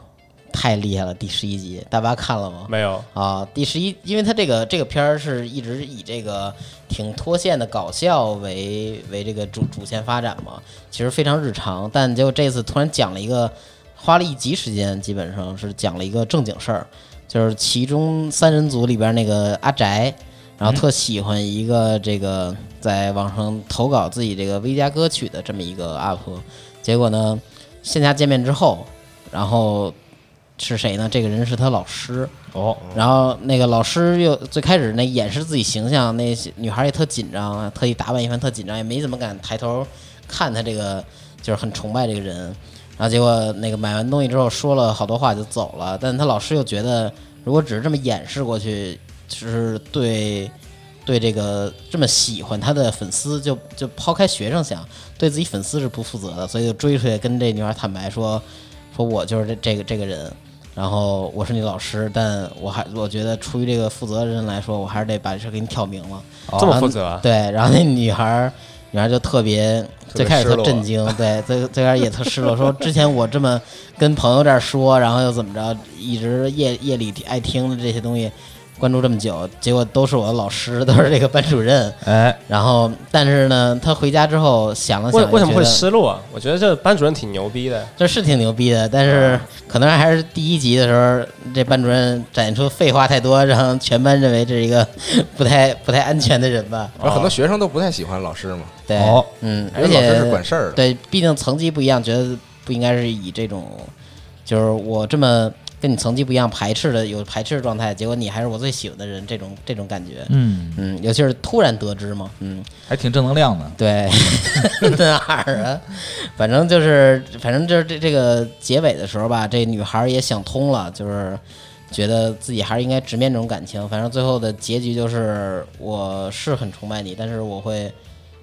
太厉害了！第十一集，大巴看了吗？
没有，
啊，第十一，因为它这个这个片儿是一直以这个挺脱线的搞笑为为这个主主线发展嘛，其实非常日常，但就这次突然讲了一个，花了一集时间，基本上是讲了一个正经事儿，就是其中三人组里边那个阿宅，然后特喜欢一个这个在网上投稿自己这个 V 加歌曲的这么一个 UP，结果呢，线下见面之后，然后是谁呢？这个人是他老师。
哦，
然后那个老师又最开始那掩饰自己形象，那些女孩也特紧张，特意打扮一番特紧张，也没怎么敢抬头看他这个，就是很崇拜这个人。然后结果那个买完东西之后说了好多话就走了，但他老师又觉得如果只是这么掩饰过去，就是对对这个这么喜欢他的粉丝就就抛开学生想，对自己粉丝是不负责的，所以就追出去跟这女孩坦白说说我就是这这个这个人。然后我是你老师，但我还我觉得出于这个负责任来说，我还是得把这事给你挑明了。
哦
这么
然后
负责啊
对，然后那女孩儿，女孩儿就特别
特别
最开始
失
特
落
震惊，对，最最开始也特失落，说之前我这么跟朋友这儿说，然后又怎么着，一直夜夜里爱听的这些东西，关注这么久，结果都是我的老师，都是这个班主任。
哎，
然后，但是呢，他回家之后想了想，
为为什么
觉
会
得
失落？啊我觉得这班主任挺牛逼的，
这是挺牛逼的，但是可能还是第一集的时候，这班主任展现出废话太多，让全班认为这是一个不太不太安全的人吧。
然后很多学生都不太喜欢老师嘛，
对，
哦
嗯，
哦因
而
为老
且
师是管事儿的。
对，毕竟层级不一样，觉得不应该是以这种，就是我这么跟你层级不一样排斥的有排斥的状态，结果你还是我最喜欢的人，这种这种感觉，
嗯，
嗯，尤其是突然得知嘛，嗯，
还挺正能量的。
对， 哪儿啊？反正就是，反正就是这这个结尾的时候吧，这女孩儿也想通了，就是觉得自己还是应该直面这种感情。反正最后的结局就是，我是很崇拜你，但是我会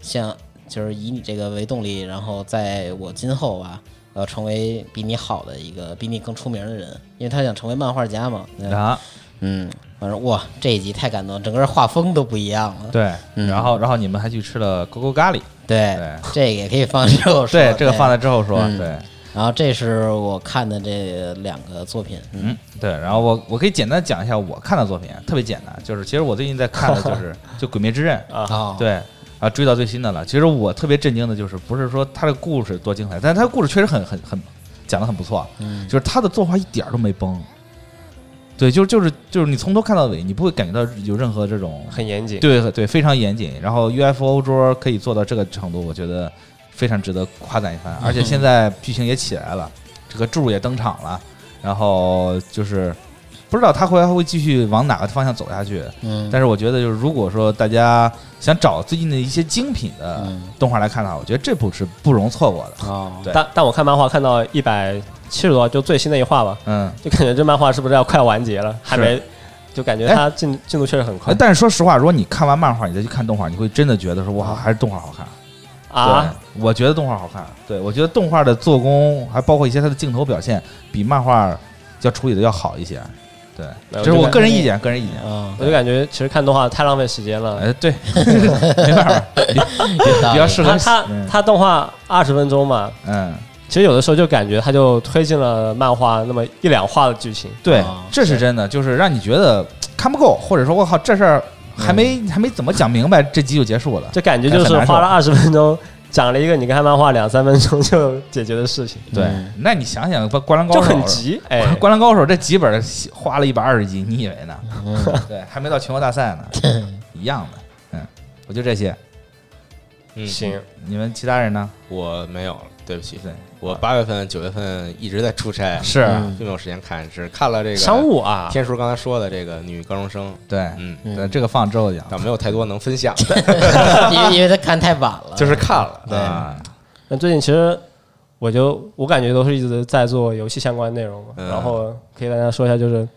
像就是以你这个为动力，然后在我今后吧。我要成为比你好的一个，比你更出名的人，因为他想成为漫画家嘛。对
啊，
嗯，反正哇，这一集太感动了，整个画风都不一样了。
对，
嗯
然后然后你们还去吃了勾勾咖喱，
对，
对
这个也可以放之后说。
对，这个放在之后说，
嗯
对，
然后这是我看的这两个作品，嗯
嗯，对，然后我我可以简单讲一下我看的作品，特别简单，就是其实我最近在 看的就是就《鬼灭之刃》，
哦，
对啊，追到最新的了。其实我特别震惊的就是，不是说他的故事多精彩，但是他的故事确实很很很讲的很不错，
嗯，
就是他的作画一点儿都没崩。对，就是就是就是你从头看到尾，你不会感觉到有任何这种
很严谨。
对对非常严谨。然后 UFO 桌可以做到这个程度，我觉得非常值得夸赞一番。而且现在剧情也起来了，这个柱也登场了，然后就是不知道他会还会继续往哪个方向走下去。
嗯，
但是我觉得，就是如果说大家想找最近的一些精品的
嗯
动画来看的话，我觉得这部是不容错过的。
哦，
对
但但我看漫画看到一百七十多，就最新的一话吧，
嗯，
就感觉这漫画是不是要快完结了？还没，就感觉
哎
它进进度确实很快
哎但是说实话，如果你看完漫画，你再去看动画，你会真的觉得说哇，还是动画好看。
啊！
对，我觉得动画好看。对，我觉得动画的做工，还包括一些它的镜头表现，比漫画要处理的要好一些。对，
没
这
有
是
就
我
感
个人意见，个人意见。
啊，
我就感觉其实看动画太浪费时间了。
哎，对， 没 办法，
有道
比
理
较适合
它它
嗯
它动画二十分钟嘛，
嗯，
其实有的时候就感觉它就推进了漫画那么一两话的剧情。
对
啊，
这是真的，就是让你觉得看不够，或者说我靠，这事儿还没还没怎么讲明白，这集就结束了。
这感觉就是花了二十分钟讲了一个你看漫画两三分钟就解决的事情，
对
嗯，
那你想想，《灌篮
就
高手
很》 急。哎，
《灌篮高手》这几本花了一百二十集，你以为呢？
嗯
对，还没到全国大赛呢，一样的。嗯，我就这些，
嗯，
行，
你们其他人呢？
我没有了，对不起，
对，
我八月份、九月份一直在出差，啊
是
嗯
并没有时间看，只看了这个
商务啊，
天叔刚才说的这个女高中生，
对，
嗯，
嗯
对，这个放之后讲。
但没有太多能分享的，
因为因为他看太晚了，
就是看了，
对，
那最近其实我就我感觉都是一直在做游戏相关内容嘛，
嗯
然后可以跟大家说一下，就是《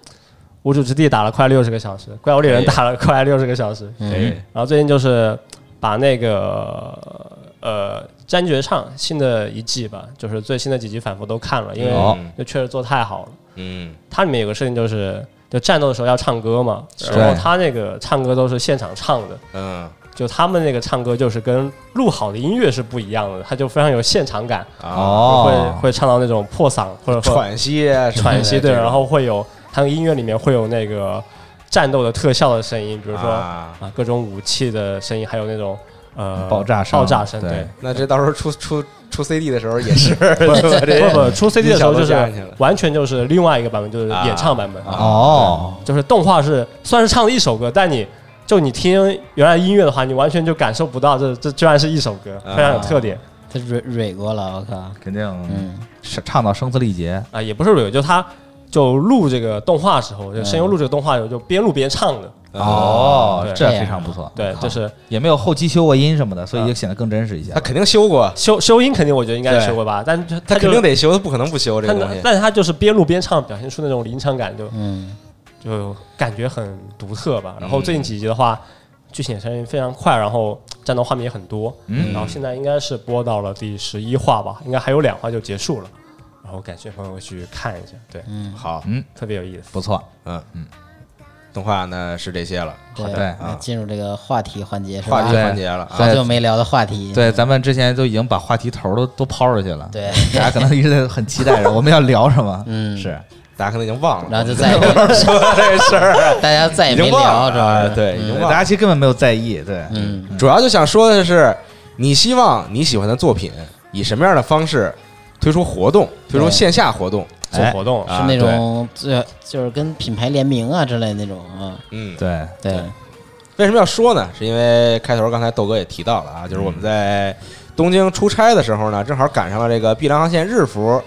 无主之地》打了快六十个小时，《怪物猎人
哎》
打了快六十个小时，
嗯
然后最近就是把那个呃《占绝唱》新的一季吧，就是最新的几集反复都看了，因为
哦
就确实做太好了。
嗯，
它里面有个设定就是，就战斗的时候要唱歌嘛，然后他那个唱歌都是现场唱的，
嗯嗯
就他们那个唱歌就是跟录好的音乐是不一样的，它就非常有现场感，
啊，
哦，
会会唱到那种破嗓或者说
喘息啊什么的
喘息对，
这种
然后会有它的音乐里面会有那个战斗的特效的声音，比如说啊
啊
各种武器的声音，还有那种呃
爆炸声
爆炸声
对
对。
那这到时候出出出 CD 的时候也是，
不不，出 CD 的时候就
音效都加进去
是
了
完全就是另外一个版本，就是演唱版本。
哦，
啊
就是动画是算是唱了一首歌，但你就你听原来音乐的话，你完全就感受不到这这居然是一首歌，
啊
非常有特点
他蕊蕊过了，我靠，
肯定
嗯
是唱到声嘶力竭。
啊，也不是旅游，就他就录这个动画的时候，就
嗯
声优录这个动画的时候，就边录边唱的，
哦
对，
这
这样
非常不错。
对，就是
也没有后期修过音什么的，所以就显得更真实一些
嗯他。肯定修过，
修修音肯定我觉得应该是修过吧，但是
他
就
肯定得修，他不可能不修这
他
个东西。
但是他就是边录边唱，表现出那种临场感，就
嗯
就感觉很独特吧。然后
嗯
最近几集的话，剧情也相对非常快，然后战斗画面也很多。
嗯
然后现在应该是播到了第十一话吧，应该还有两话就结束了。然后感谢朋友去看一下，对，
嗯，
好，
嗯，
特别有意思。
不错。
嗯嗯，动画呢是这些了，
对，
好的
那进入这个话题环节是
话
吧？
题
对
环节了啊，
好久没聊的话
嗯
题，
对，咱们之前都已经把话题头儿都都抛出去了，
对
大家可能一直在很期待着我们要聊什么。
嗯
是，
大家可能已经忘了
然后就再也没
说这事儿，
大家再也
已
没
经忘
聊，
了
主要
啊，
是
对，已经忘
对大
了。
家其实根本没有在意。对，
嗯
主要就想说的是，你希望你喜欢的作品以什么样的方式推出活动，推出
对
线下活动？
做活动，
啊
是那种最就是跟品牌联名啊之类那种啊，
嗯，
对，
对，
为什么要说呢？是因为开头刚才豆哥也提到了啊，就是我们
嗯
在东京出差的时候呢，正好赶上了这个碧蓝航线日服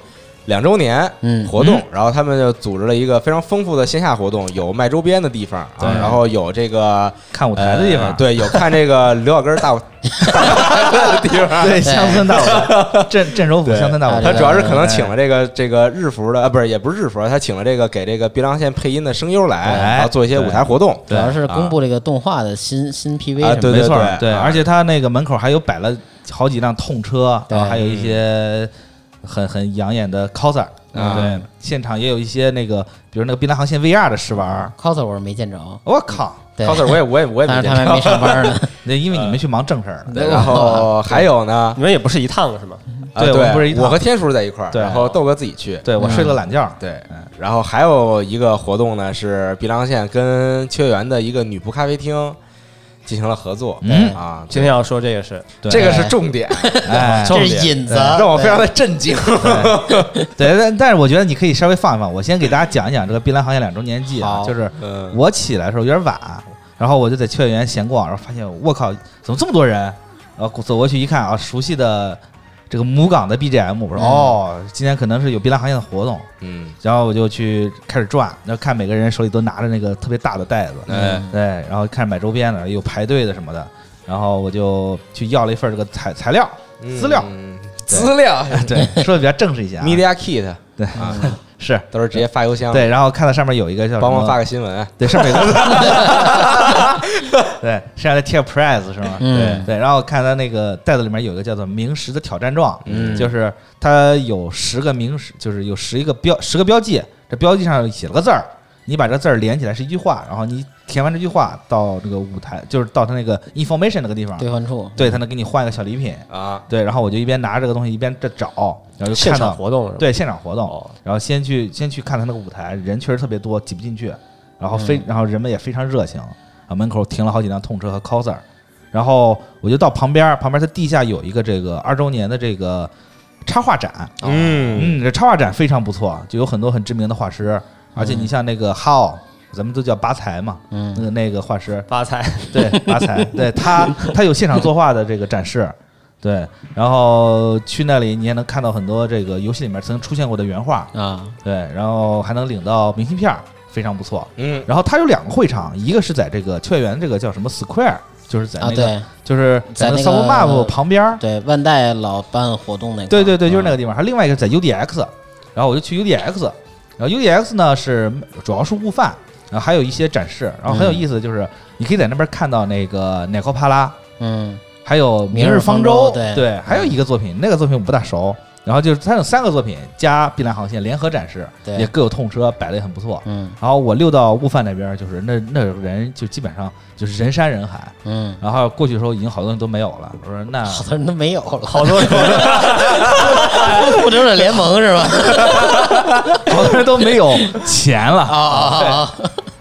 两周年
嗯
活动，然后他们就组织了一个非常丰富的线下活动，有卖周边的地方
对
啊，然后有这个
看舞台的地
呃
方，
对，有看这个刘老根儿 大舞 大舞台的地方。
对，乡村大舞台，镇镇守府
对
乡村大舞
他
台，
主要是可能请了这个这个日服的，啊，不是也不是日服，他请了这个给这个碧蓝航线配音的声优来，
哎
然后做一些舞台活动。
主要是公布这个动画的新新 PV
啊
什么
对
的
没错儿，
对
对，
啊
而且他那个门口还有摆了好几辆痛车，
对
然后还有一些很很养眼的 coser，
啊
对，现场也有一些那个，比如那个碧蓝航线 VR 的试玩儿，
，coser 我是没见着，
我靠，
对
coser 我也我也我也
但
没
是
见
他们还没
着。
上班 呢，
那因为你们去忙正事儿了，
呃对然后还有呢，
你们也不是一趟是吗？
啊
对我们
对，
不是一趟
我和天叔在一块儿，
对
然后豆哥自己去。
对我睡了个懒觉，
对
嗯，
然后还有一个活动呢，是碧蓝航线跟秋叶原的一个女仆咖啡厅进行了合作。
嗯
啊，
今天要说这也是
对
这个是重 点，
哎，
这是引子，
让我非常的震惊。
对， 但但是我觉得你可以稍微放一放，我先给大家讲一讲这个碧蓝航线两周年记啊，
好
就是
嗯，
我起来的时候有点晚，然后我就在秋叶原闲逛，然后发现我靠，怎么这么多人？然后走过去一看啊，熟悉的这个母港的 BGM，我说、哦，今天可能是有槟榔行业的活动，
嗯，
然后我就去开始转，然后看每个人手里都拿着那个特别大的袋子，
哎，
对，然后开始买周边了，有排队的什么的，然后我就去要了一份这个材材料资料，
嗯资料
对，说的比较正式一些、啊，
，media kit
对
啊，
是
都是直接发邮箱，，
对，然后看到上面有一个叫什
帮忙
么
发个新闻，
对，上面有个，对，剩下的贴 prize 是吗？
嗯
对对，然后看他那个袋子里面有一个叫做明石的挑战状，
嗯
就是它有十个明石，就是有十一个标十个标记，这标记上写了个字儿，你把这字儿连起来是一句话，然后你填完这句话到那个舞台，就是到他那个 information 那个地方，
兑换处，
对，他能给你换一个小礼品，
啊，
对，然后我就一边拿着这个东西一边在找，然后就
现
看
场
到
活动是吧？
对现场活动，
哦
然后先去先去看他那个舞台，人确实特别多，挤不进去，然后非、然后人们也非常热情，啊，门口停了好几辆痛车和 coser，然后我就到旁边儿，旁边儿它地下有一个这个二周年的这个插画展，
嗯
嗯，这插画展非常不错，就有很多很知名的画师，而且你像那个 How，咱们都叫八财嘛，那
嗯
个那个画师，
发财，
对，发财，对他，他有现场作画的这个展示，对，然后去那里你也能看到很多这个游戏里面曾出现过的原画，
啊，
对，然后还能领到明信片儿，非常不错。
嗯，
然后它有两个会场，一个是在这个秋叶原这个叫什么 Square，就是在
啊，
那个、
对
就是
在
那
那
s u b
个呃
Map 旁边儿，
对，万代老办活动那个，
对对对，就是那
个，
个地方。还有另外一个在 UDX，然后我就去 UDX，然后 UDX 呢是主要是悟饭，然后还有一些展示，然后很有意思的就是你可以在那边看到那个奶酪帕拉。
嗯
还有《明日方
明日
舟
方舟》对嗯
还有一个作品，那个作品我不大熟。然后就是它有三个作品加《碧蓝航线》联合展示，
对
也各有痛车，摆的也很不错。
嗯
然后我溜到悟饭那边，就是那那人就基本上就是人山人海。
嗯，
然后过去的时候，已经好多东西都没有了。我说那
好多人都没有了，
啊好多人
复仇者联盟是吧？
好多人都没有钱 了
啊啊啊！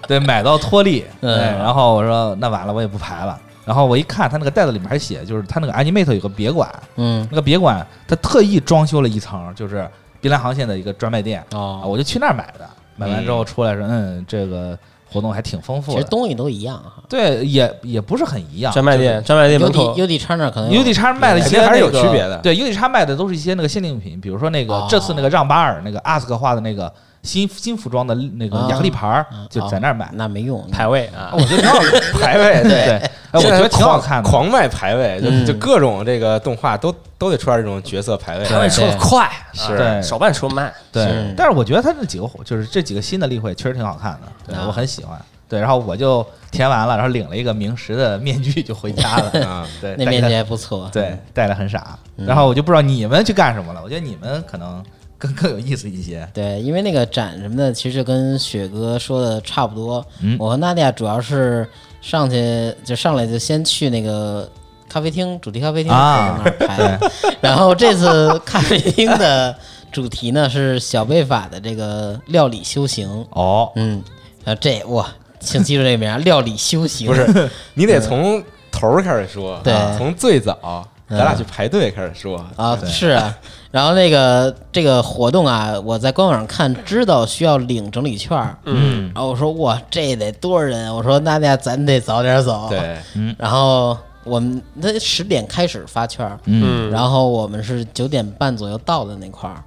对，买到脱力。对，
嗯
然后我说那完了，我也不排了。然后我一看，他那个袋子里面还写，就是他那个 Animate 有个别馆，
嗯
那个别馆他特意装修了一层，就是碧蓝航线的一个专卖店。啊，
哦，
我就去那儿买的。买完之后出来说，嗯，这个活动还挺丰
其
富
实
的。
东西都一样啊哈
对，也也不啊是很一样。
专卖店，专卖店门口
UD UD 叉那可能有
UD 叉卖了一
肯
些
定嗯还是有
那个
区别的
对，UD 叉卖的都是一些那个限定品，比如说那个
哦
这次那个让巴尔那个 ask 画的那个新新服装的那个
啊
亚克力牌儿
嗯，
就在那儿买。
那没用，
排位啊
我，觉得挺好看，
嗯 排位，
对，哎，我
现
觉
在
得挺好
狂
看的。
狂卖排位，就
嗯
就各种这个动画都都得出来这种角色排位，
排位出的快，
是
对
手办出慢，
对
嗯
是，
但是我觉得他这几个活就是这几个新的例会确实挺好看的，对
啊
我很喜欢。
嗯
对，然后我就填完了，然后领了一个明石的面具就回家了。
啊，
对，
那
带
面
一个
积还不错，
对，带的很傻。
嗯
然后我就不知道你们去干什么了，我觉得你们可能更更有意思一些。
对，因为那个展什么的，其实就跟雪哥说的差不多。
嗯
我和娜迪亚主要是上去就上来就先去那个咖啡厅，主题咖啡厅
啊
在那儿拍。 然后这次咖啡厅的主题呢是小贝法的这个料理修行。
哦，
嗯，啊，这哇，请记住这个名儿，料理修行
不。是，你得从头儿开始说，
嗯
啊
对嗯
从最早咱俩去排队开始说，
啊，是啊，然后那个这个活动啊，我在官网上看知道需要领整理券，嗯，然后我说哇，这得多少人？我说那那咱得早点走，，
对，
然后我们那十点开始发券儿，
嗯，
然后我们是九点半左右到的那块儿，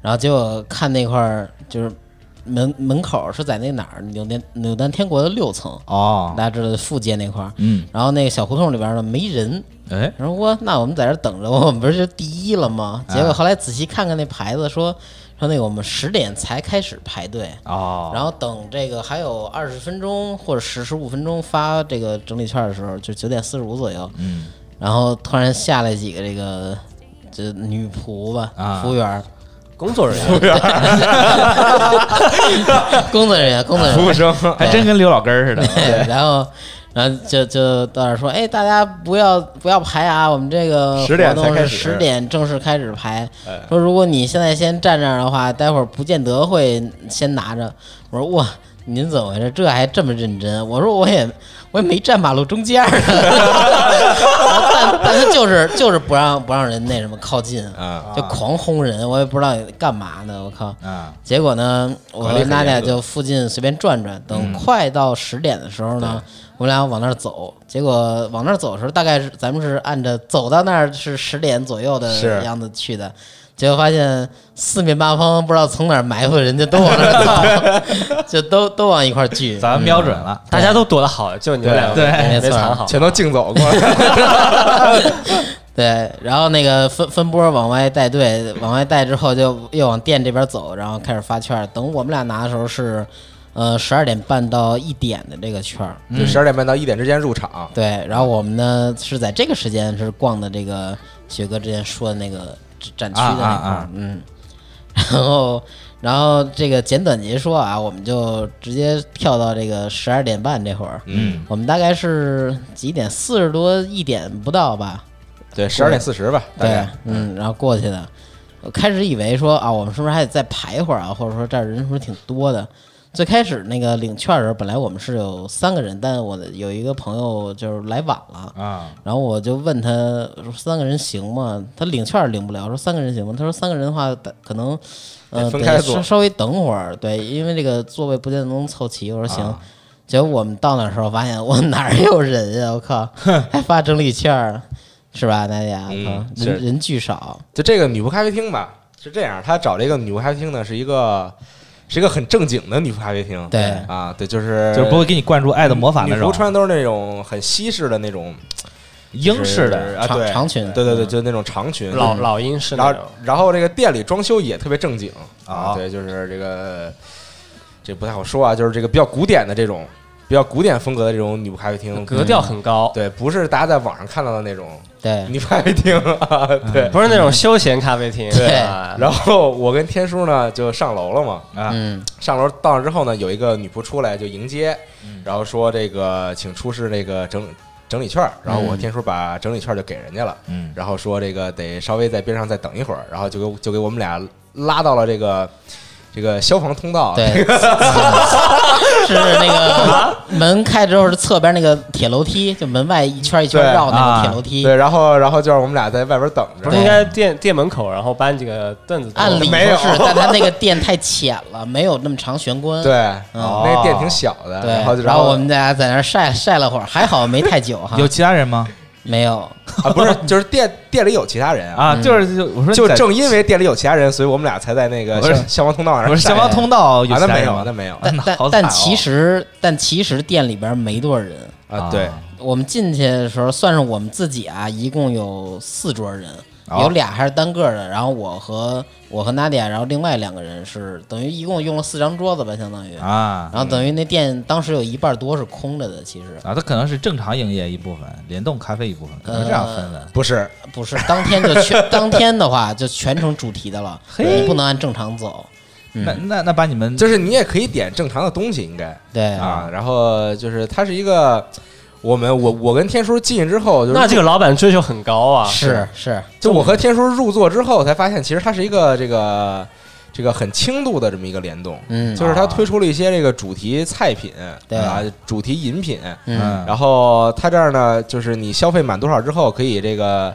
然后结果看那块儿就是门门口是在那哪儿扭蛋扭蛋天国的六层，
哦，
大家知道副街那块儿，
嗯，
然后那个小胡同里边儿呢没人，
哎，
然后我那我们在这儿等着，我们不是就第一了吗？结果后来仔细看看那牌子说，说那个我们十点才开始排队，
哦，
然后等这个还有二十分钟或者十十五分钟发这个整理券的时候，就九点四十五左右，
嗯，
然后突然下来几个这个这女仆吧，
啊
服务员儿、
工作人员，
工作人员、工作人
服
员
务，生，
还真跟刘老根儿 似的。
对，然后。然后就就到那儿说，哎，大家不要不要排啊，我们这个
10点
活
才
动
开
是
始哎
十点正式开始排。说如果你现在先站这儿的话，待会儿不见得会先拿着。我说哇，您怎么回事？这还这么认真？我说我也我也没站马路中间儿， 但但他就是就是不让不让人那什么靠近，
啊
就狂轰人，我也不知道干嘛呢，我靠！
啊，
结果呢，我
管理
和
很
娜
严
娜
格嗯
就附近随便转转，等快到十点的时候呢，我们俩往那儿走。结果往那儿走的时候，大概是咱们是按着走到那儿是十点左右
是
的样子去的，结果发现四面八方不知道从哪儿埋伏的人，就都往那儿 走，就都都往一块儿聚。
咱们瞄准了，
大家都躲得好，就你们两个
对
对
没
没错
藏好。
全都竞走过来，
对，然后那个分分波往外带队，往外带之后就又往店这边走，然后开始发券儿。等我们俩拿的时候是，呃，十二点半到一点的这个券儿。
就十二点半到一点之间入场。
对，然后我们呢是在这个时间是逛的这个雪哥之前说的那个展区的那块儿，
啊啊 啊
嗯，然后然后这个简短截说啊，我们就直接跳到这个十二点半这会儿，
嗯，
我们大概是几点？四十多一点不到吧？
对，十二点四十吧，大
对
概，
嗯，然后过去的。我开始以为说啊，我们是不是还得再排一会儿啊？或者说这儿人是不是挺多的？最开始那个领券的时候，本来我们是有三个人，但我的有一个朋友就是来晚了，
啊，
然后我就问他我说三个人行吗？他领券儿领不了，我说三个人行吗？他说三个人的话，得可能呃
得分
得
开坐
稍稍微等会儿，对，因为这个座位不见得能凑齐。我说行。
啊
结果我们到那时候发现，我哪儿有人呀、我靠，还发整理券儿，是吧，大家？我靠
嗯，是
人人巨少，
就这个女仆咖啡厅吧，是这样，他找这个女仆咖啡厅呢，是一个是一个很正经的女仆咖啡厅。
对
啊，对，就是
就是不会给你灌注爱的魔法
女
那
仆
种
穿的都是那种很西式的那种
英式的，
啊，
长
对，
长裙嗯
对对对，就那种长裙，
老老鹰
嗯
是
然
那
后
种，
然后这个店里装修也特别正经啊，
啊
对，就是这个这不太好说啊，就是这个比较古典的这种比较古典风格的这种女仆咖啡厅，嗯
格调很高，
对，不是大家在网上看到的那种
对，
女仆咖啡厅啊，对。
不是那种休闲咖啡厅。
对
啊
然后我跟天叔呢就上楼了嘛，
啊
嗯，
上楼到了之后呢，有一个女仆出来就迎接，
嗯
然后说这个请出示那个整整理券儿，然后我
嗯
天叔把整理券儿就给人家了，
嗯，
然后说这个得稍微在边上再等一会儿，然后就给我就给我们俩拉到了这个这个消防通道，
对， 是那
啊
个门开之后是侧边那个铁楼梯，就门外一圈一圈
对
绕那
啊
个铁楼梯，
对，然后然后就让我们俩在外边等着
不是，应该店店门口，然后搬几个凳子坐。
按理
没
说
有
是，但他那个店太浅了，没有那么长玄关。
对，
嗯
哦
那个店挺小的，
对，
然后就
然我们大家在那儿晒晒了会儿，还好没太久哈。
有其他人吗？
没有？
啊不是就是店店里有其他人啊，
啊，就是就我说
就
在
正因为店里有其他人，所以我们俩才在那个
不是
消消防通道上
不是
晒
消防通道有
啊，
其
那
他
没
人
有
吗
那没有
但
那
但
好惨
但
哦
其实但其实店里边没多少人。
啊，对，
我们进去的时候，算是我们自己啊，一共有四桌人，
哦
有俩还是单个的，然后我和我和 Nadia，然后另外两个人是等于一共用了四张桌子吧，相当于。
啊
然后等于那店当时有一半多是空着的，其实
啊，它可能是正常营业一部分，联动咖啡一部分，可能这样分的。
不是
不是当天就 全当天的话就全程主题的了，
嘿
你不能按正常走。嗯
那那那把你们
嗯就是你也可以点正常的东西应该
对
啊，然后就是它是一个。我们我我跟天叔进去之后，就是
那这个老板追求很高啊，
是是，
就我和天叔入座之后，才发现其实它是一个这个这个很轻度的这么一个联动，
嗯
就是它推出了一些这个主题菜品，
对
啊，主题饮品，
嗯，
然后它这儿呢，就是你消费满多少之后可以这个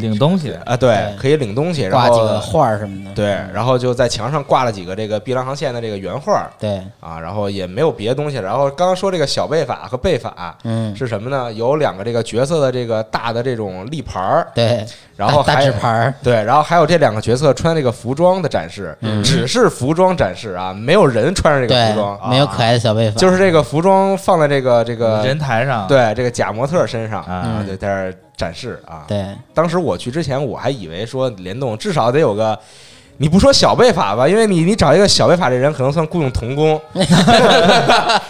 领东西
啊，对
对，
可以领东西，然
挂
后
几个嗯画儿什么的。
对，然后就在墙上挂了几个这个碧蓝航线的这个原画儿
对，
啊，然后也没有别的东西，然后刚刚说这个小背法和背法。
嗯，
是什么呢？有两个这个角色的这个大的这种立牌儿，
对，
然后
大
还
大
有
纸牌儿，
对，然后还有这两个角色穿这个服装的展示，只是服装展示啊，没有人穿上这个
嗯对
服装，，啊
没有可爱的小贝法，
就是这个服装放在这个这个
人台上，
呃对这个假模特身上
啊
啊，对，在这儿展示啊。
嗯对，
当时我去之前，我还以为说联动至少得有个。你不说小贝法吧，因为你你找一个小贝法这人可能算雇佣童 工，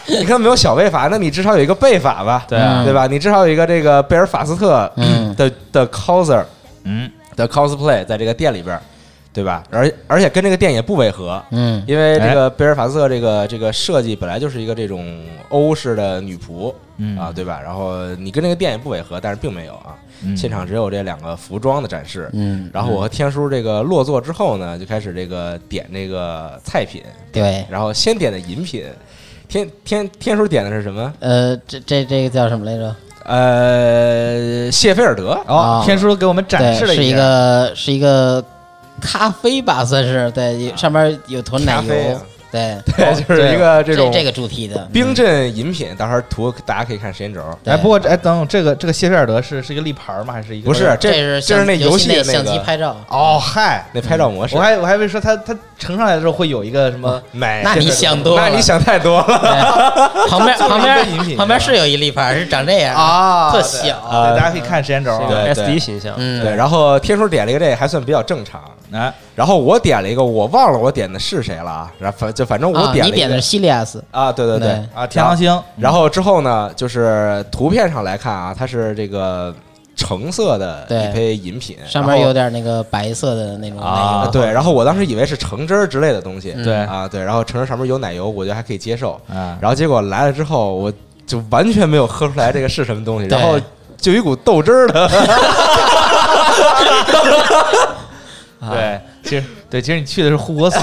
你看没有小贝法，那你至少有一个贝法吧，
对啊
嗯
对吧？你至少有一个这个贝尔法斯特
嗯
的的 coser，
嗯，
的 cosplay 在这个店里边儿，对吧？而而且跟这个店也不违和，
嗯
因为这个贝尔法瑟这个这个设计本来就是一个这种欧式的女仆
嗯
啊，对吧？然后你跟这个店也不违和，但是并没有啊，
嗯
现场只有这两个服装的展示。
嗯，
然后我和天叔这个落座之后呢，就开始这个点这个菜品，
对
然后先点的饮品，天天天叔点的是什么？
呃，这这这个叫什么来着？
呃，谢菲尔德，
哦
啊，
天叔给我们展
对，
示了
是一
下，
个是一个咖啡吧，算是对，上面有坨奶
啊咖啡
油
啊，
对，
对， 就是一个这
这
种
这个主题的嗯
冰镇饮品，到时候图大家可以看时间轴。
对
哎，不过这哎，等这个这个谢菲尔德是是一个立牌吗？还是一个
不是
这
这
相
是那
游
游戏
内
的那
相机
个
拍照，
哦，嗨，
那拍照模式
我。还我还以为说他他乘上来的时候会有一个什么
买，
那你想多
那你
了
想太多了。
对 旁边
这么
旁
一个饮
边
品
旁边是有一立牌，是长这样，
啊
特
对
小
对大家可以看时间轴
这
啊。
个
对对
SD 形象，
嗯，
对，然后天叔点了一个这个，还算比较正常。
哎，
然后我点了一个，我忘了我点的是谁了啊。然后反就反正我
啊，
点
你
了一
点的
个
是西利亚斯，
啊，对对对
对。
啊，天狼星，
然后之后呢，就是图片上来看啊，它是这个橙色的一杯饮品，
上面有点那个白色的那种
然后啊，
奶油，
对。然后我当时以为是橙汁儿之类的东西，
嗯
对
啊，对。然后橙汁上面有奶油，我觉得还可以接受。
啊，
然后结果来了之后，我就完全没有喝出来这个是什么东西，
对
然后就有一股豆汁儿的，
啊
对，其实对，其实你去的是护 国寺，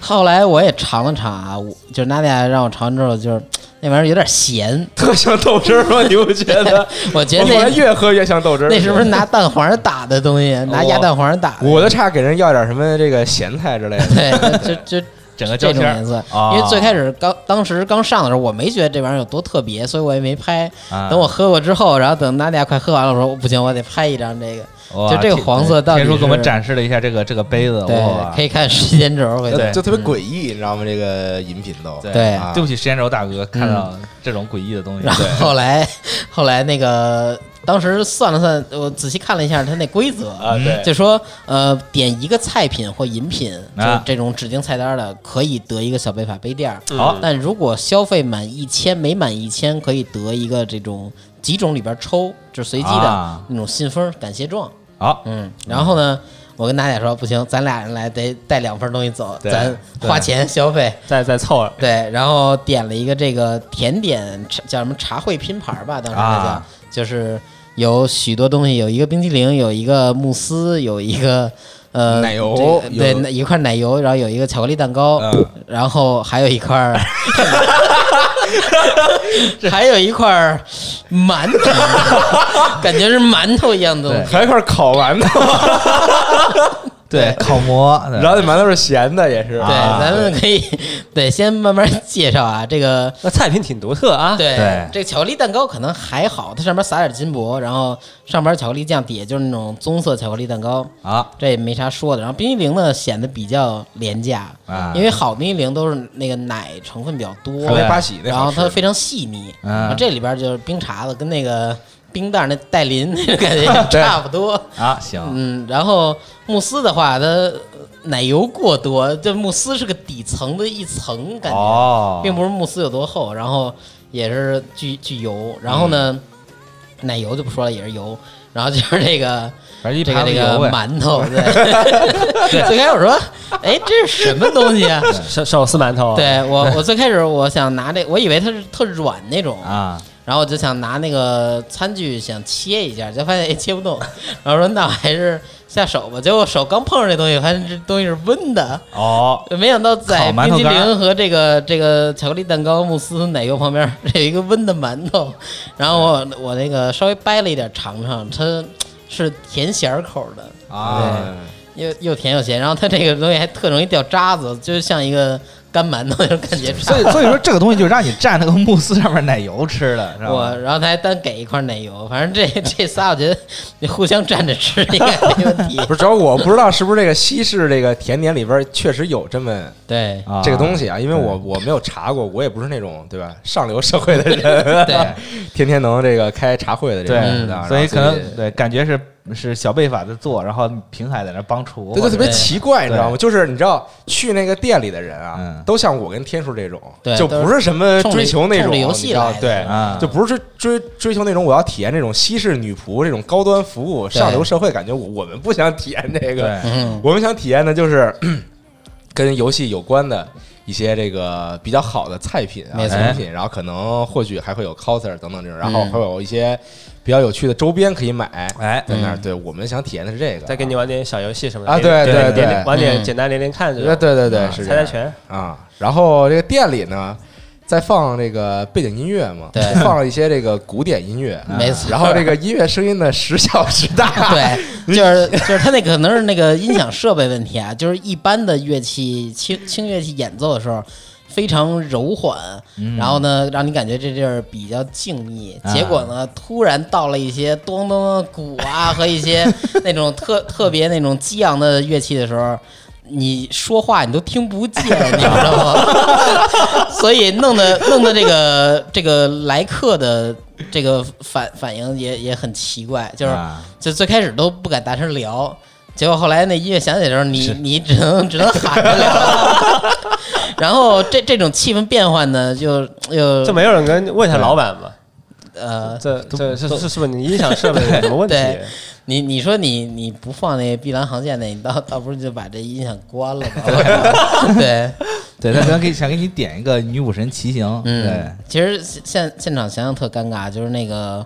后来我也尝了尝啊，我就是娜迪亚让我尝之后，就是那玩意儿有点咸，
特像豆汁儿吗？你不觉 得？
我觉
我
得
后来
那
越喝越像豆汁儿。
那是不是拿蛋黄打的东西，拿鸭蛋黄打的？
我都差给人要点什么这个咸菜之类的。
对，就就
整个
这
胶
种
片
颜
儿
色。
啊
因为最开始刚当时刚上的时候，我没觉得这玩意儿有多特别，所以我也没拍。
啊
等我喝过之后，然后等娜迪亚快喝完了，我说不行，我得拍一张这个。
哇
就这个黄色到底
天叔给我们
是
展示了一下这个这个杯子，哇
对，可以看时间轴，回头
啊对
就特别诡异，你知道吗？这个饮品都
对
对
啊
对不起，时间轴大哥看到这种诡异的东西，
嗯然后后来后来那个当时算了算，我仔细看了一下他那规则
啊对
就说呃点一个菜品或饮品，就是
啊嗯
这种指定菜单的，可以得一个小贝法杯垫儿。
好
但如果消费满一千，每满一千可以得一个这种几种里边抽，就是随机的
啊
那种信封感谢状。
好，
嗯，然后呢，我跟娜姐说不行，咱俩人来得带两份东西走，
对
咱花钱消费。
再再凑了，
对，然后点了一个这个甜点，茶叫什么茶会拼盘吧，当时还叫，
啊
就是有许多东西，有一个冰淇淋，有一个慕斯，有一个呃
奶油
这个
有
对，那一块奶油，然后有一个巧克力蛋糕，
嗯
然后还有一块儿，还有一块儿馒头，感觉是馒头一样的东西。
还有一块烤馒头，
对，烤馍，对
然后那馒头是咸的，也是
对，
啊
咱们可以对先慢慢介绍啊，这个
那菜品挺独特啊，
对，
对
这个巧克力蛋糕可能还好，它上面撒点金箔，然后上边巧克力酱，底下就是那种棕色巧克力蛋糕，
啊，
这也没啥说的。然后冰激凌呢，显得比较廉价，
啊
因为好冰激凌都是那个奶成分比较多，
还没八喜那
然
好
后
吃
它非常细腻。
嗯
然后这里边就是冰碴子跟那个冰袋儿那戴琳那个感觉差不多。
啊，行，
嗯，然后慕斯的话，它呃奶油过多，这慕斯是个底层的一层感觉。
哦，
嗯并不是慕斯有多厚，然后也是巨巨油，然后呢，
嗯
奶油就不说了，也是油，然后就是这个
反正一
这个
盘
这
子
个
油呗，
馒 头，对，最开始我说，哎，这是什么东西 啊？
手手撕馒头，，
对我，我最开始我想拿这，我以为它是特软那种，
啊，
然后我就想拿那个餐具想切一下，结果发现哎切不动，然后说那我还是下手吧，结果手刚碰上这东西，发现这东西是温的，
哦，
没想到在
烤馒
冰
头
激
干儿
凌和这个这个巧克力蛋糕、慕斯、奶油旁边 有一个温的馒头，然后
嗯
我我那个稍微掰了一点尝尝，它是甜咸儿口的，
啊，
又又甜又咸，然后它这个东西还特容易掉渣子，就像一个干馒头那种感觉。
所以 所以说这个东西就是让你蘸那个慕斯上面奶油吃的，是
我
吧？
然后他还单给一块奶油，反正这这仨我觉得 你互相蘸着吃应该没问 题。
不是，主要我不知道是不是这个西式这个甜点里边确实有这么
对
啊
这个东西啊，因为我我没有查过，我也不是那种对吧上流社会的人，
对，
天天能这个开茶会的这种
对
人啊，
所以可
然后
能对，感觉是是小贝法在做，然后平海在那帮厨，
对，就特别
对
奇怪，你知道吗？就是你知道去那个店里的人啊
嗯，
都像我跟天叔这种，
对
就不是什么追求那种
冲着游戏
你知道
来的
对，
啊
就不是追追追求那种我要体验这种西式女仆这种高端服务
对
上流社会感觉，我我们不想体验这个，
对
嗯，
我们想体验的就是跟游戏有关的一些这个比较好的菜品啊、
没错嗯
产品，然后可能或许还会有 coser 等等这种，然后会有一些比较有趣的周边可以买。
哎，
在
嗯
那儿，对我们想体验的是这个，
再给你玩点小游戏什么的
啊对
连
对
连连
对
玩点
嗯
简单连连看这
对
种，
对对对，
啊
是这
猜猜
样
拳，
啊。然后这个店里呢，在放这个背景音乐嘛，
对
放了一些这个古典音乐，啊
没错
然后这个音乐声音呢时小时 大，
对，就是就是他那可能是那个音响设备问题啊，就是一般的乐器轻轻乐器演奏的时候非常柔缓，然后呢让你感觉这地儿比较静谧，结果呢突然到了一些咚咚的鼓啊和一些那种特特别那种激昂的乐器的时候。你说话你都听不见， 你知道吗？所以弄得弄得这个这个来客的这个反反应也也很奇怪，就是
啊
就最开始都不敢大声聊，结果后来那音乐响起的时候，你你只能只能喊着 聊。然后这这种气氛变换呢，就又
这没有人跟问一下老板吗？
呃，
这这是是是不是你音响设备有什么问题？
对你你说你你不放那碧蓝航线那，你倒倒不如就把这音响关了吧。 对，
对他可能给想给你点一个女武神骑行，对
嗯，，其实现现现场想想特尴尬，就是那个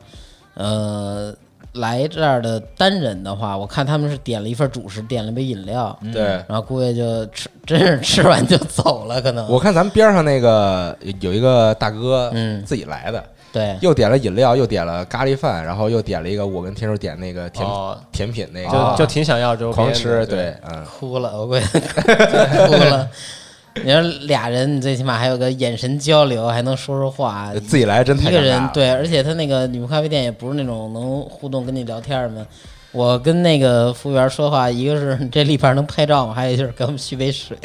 呃。来这儿的单人的话，我看他们是点了一份主食，点了杯饮料，
对。
然后估计就吃，真是吃完就走了，可能。
我看咱们边上那个有一个大哥，
嗯
自己来的，
对，
又点了饮料，又点了咖喱饭，然后又点了一个我跟天叔点那个甜
哦，
甜品那
就
个，
就挺想要周边的，
啊狂吃，
对，
对，嗯，
哭了，我估计 哭了。你说俩人，你最起码还有个眼神交流，还能说说话。
自己来真
一
太
个
尴尬
人
了
对，而且他那个女仆咖啡店也不是那种能互动跟你聊天儿的。我跟那个服务员说话，一个是你这立牌能拍照吗？还有就是给我们续杯 水，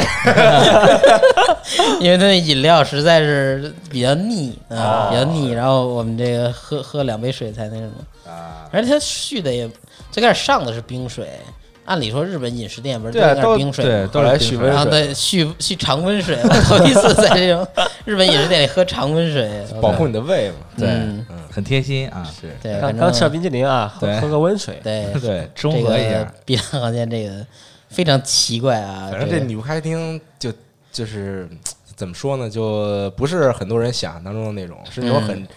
因为他那饮料实在是比较腻啊，比较腻。然后我们这个喝喝两杯水才那什么。
啊，
而且它续的也最开始上的是冰水，按理说日本饮食店不是
对
应
啊
该
都
是冰水
对
吗？
都
后
是
来
冰
许
水
巍
然后再续续常温水，我 头一次在这种日本饮食店里喝常温水，
保护你的胃嘛，
对
嗯，
很贴心啊，
是
对，
刚
反
刚吃了
正
冰激凌啊，喝
对
喝个温水，
对
对，中
这
和一下
个，碧蓝航线这个非常奇怪
哎
啊，
反正
这
这
个
女仆咖啡厅就就是怎么说呢，就不是很多人想象当中的那种，是那种
嗯
很、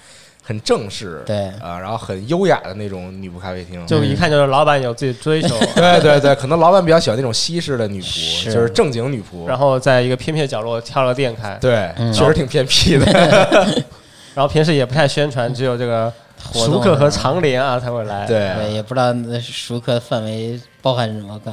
很正式，
对
啊，然后很优雅的那种女仆咖啡厅。嗯
就一看就是老板有自己追求，
对对对，可能老板比较喜欢那种西式的女仆，
是
就是正经女仆。
然后在一个偏僻的角落挑了店开，
对，
嗯
确实挺偏僻
嗯
的。
然后平时也不太宣传，只有这个
活动
熟客和长联啊才会来，，
对，
对，
也不知道那熟客范围包含什么个。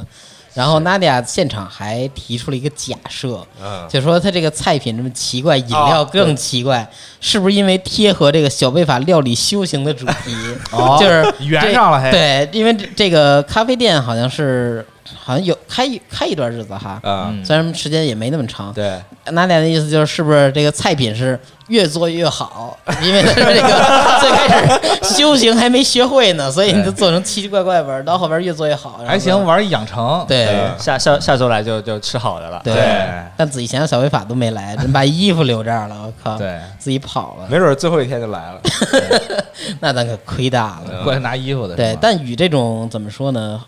然后 Nadia 现场还提出了一个假设，
嗯，
就说它这个菜品这么奇怪，饮
啊
料
哦对
更奇怪，是不是因为贴合这个小贝法料理修行的主题？
哦
就是
圆
这
上了嘿
对，因为这这个咖啡店好像是好像有开一开一段日子哈，
啊、
嗯
虽然时间也没那么长。
对，
娜娜的意思就是，是不是这个菜品是越做越 好？因为他这个最开始修行还没学会呢，所以你就做成奇奇怪怪味儿，到后边越做越好，然后
还行，玩一养成，
嗯对
下下下周来就就吃好的了，
对
对
但仔细想想，小违法都没来，真把衣服留这儿了，我靠！
对
自己跑了，
没准最后一天就来了。
那咱可亏大了。
过来拿衣服的是
对
吗，
但与这种怎么说呢，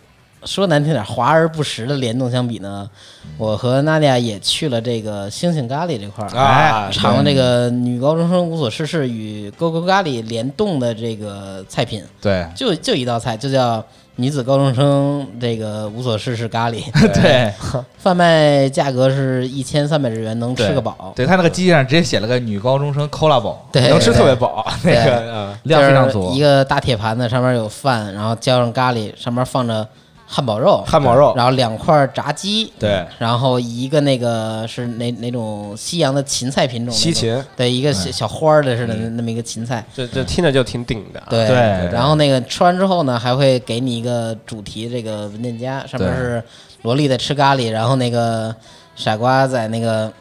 说难听点，华而不实的联动相比呢，我和娜迪亚也去了这个星星咖喱这块儿
啊，
尝了这个女高中生无所事事与 Go Go 咖喱联动的这个菜品，
对
就就一道菜，就叫女子高中生这个无所事事咖喱，
对
贩卖价格是一千三百日元，能吃个饱。
对他那个机器上直接写了个女高中生 collab，
哎
对，
能吃特别饱，那
对
个啊，
量非常足
就是一，个大铁盘子，上面有饭，然后浇上咖喱，上面放着汉堡肉，
汉堡肉
然后两块炸鸡，
对，
然后一个那个是哪哪种西洋的芹菜品种？
西芹，哎
对，一个小小花儿的似的那那么一个芹菜。
这这听着就挺顶的啊，
对，
对
然后那个吃完之后呢，还会给你一个主题这个文件夹，上面
对
是萝莉在吃咖喱，然后那个傻瓜在那个嗯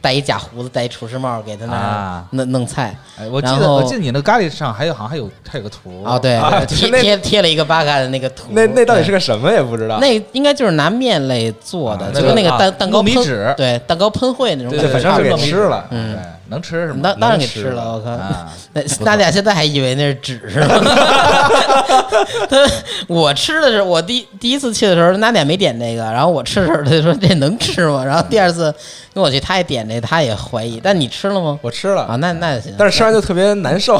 戴一假胡子，戴一厨师帽，给他那儿
啊
弄、弄菜。
哎，我记
然
得
后
我记得你那咖喱上还有好像还有还有个图
哦， 对，
啊就是
贴
那
贴贴了一个八嘎的那个图，
那那到底
对
是个什么也不知道。
那应该就是拿面类做的，
啊
就跟那
那
个
个
蛋
啊
蛋糕
糯米
喷
纸
对蛋糕喷绘那种
对
感觉，
反
对，
正
是
给
糯米
吃了
对
嗯，
能吃是吗？
那当然给
能
吃了，我靠！
啊！
那大家现在还以为那是纸是吗？ 他我吃的是我第第一次去的时候，娜姐没点这个，然后我吃的时候，她说这能吃吗？然后第二次跟我去，她也点这，她也怀疑。但你吃了吗？
我吃了
啊，那那行，
但是吃完就特别难受。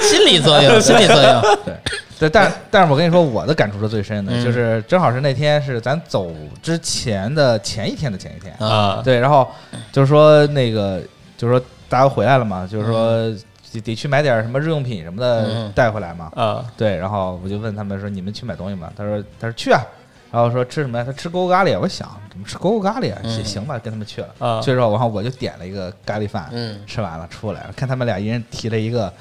心理作用，心理作用。
对，对，但但是我跟你说，我的感触是最深的，
嗯
就是正好是那天是咱走之前的前一天的前一天，
啊，
对，然后就是说那个，就是说大家回来了嘛，就是说得得去买点什么日用品什么的
嗯
带回来嘛，
啊，
对，然后我就问他们说：“你们去买东西吗？”他说：“他说去啊。”然后说吃什么呀？他吃狗狗咖喱。我想怎么吃狗狗咖喱啊？行
嗯
行吧，跟他们去了。
啊
去了之后，然后我就点了一个咖喱饭，
嗯
吃完了出来，看他们俩一人提了一个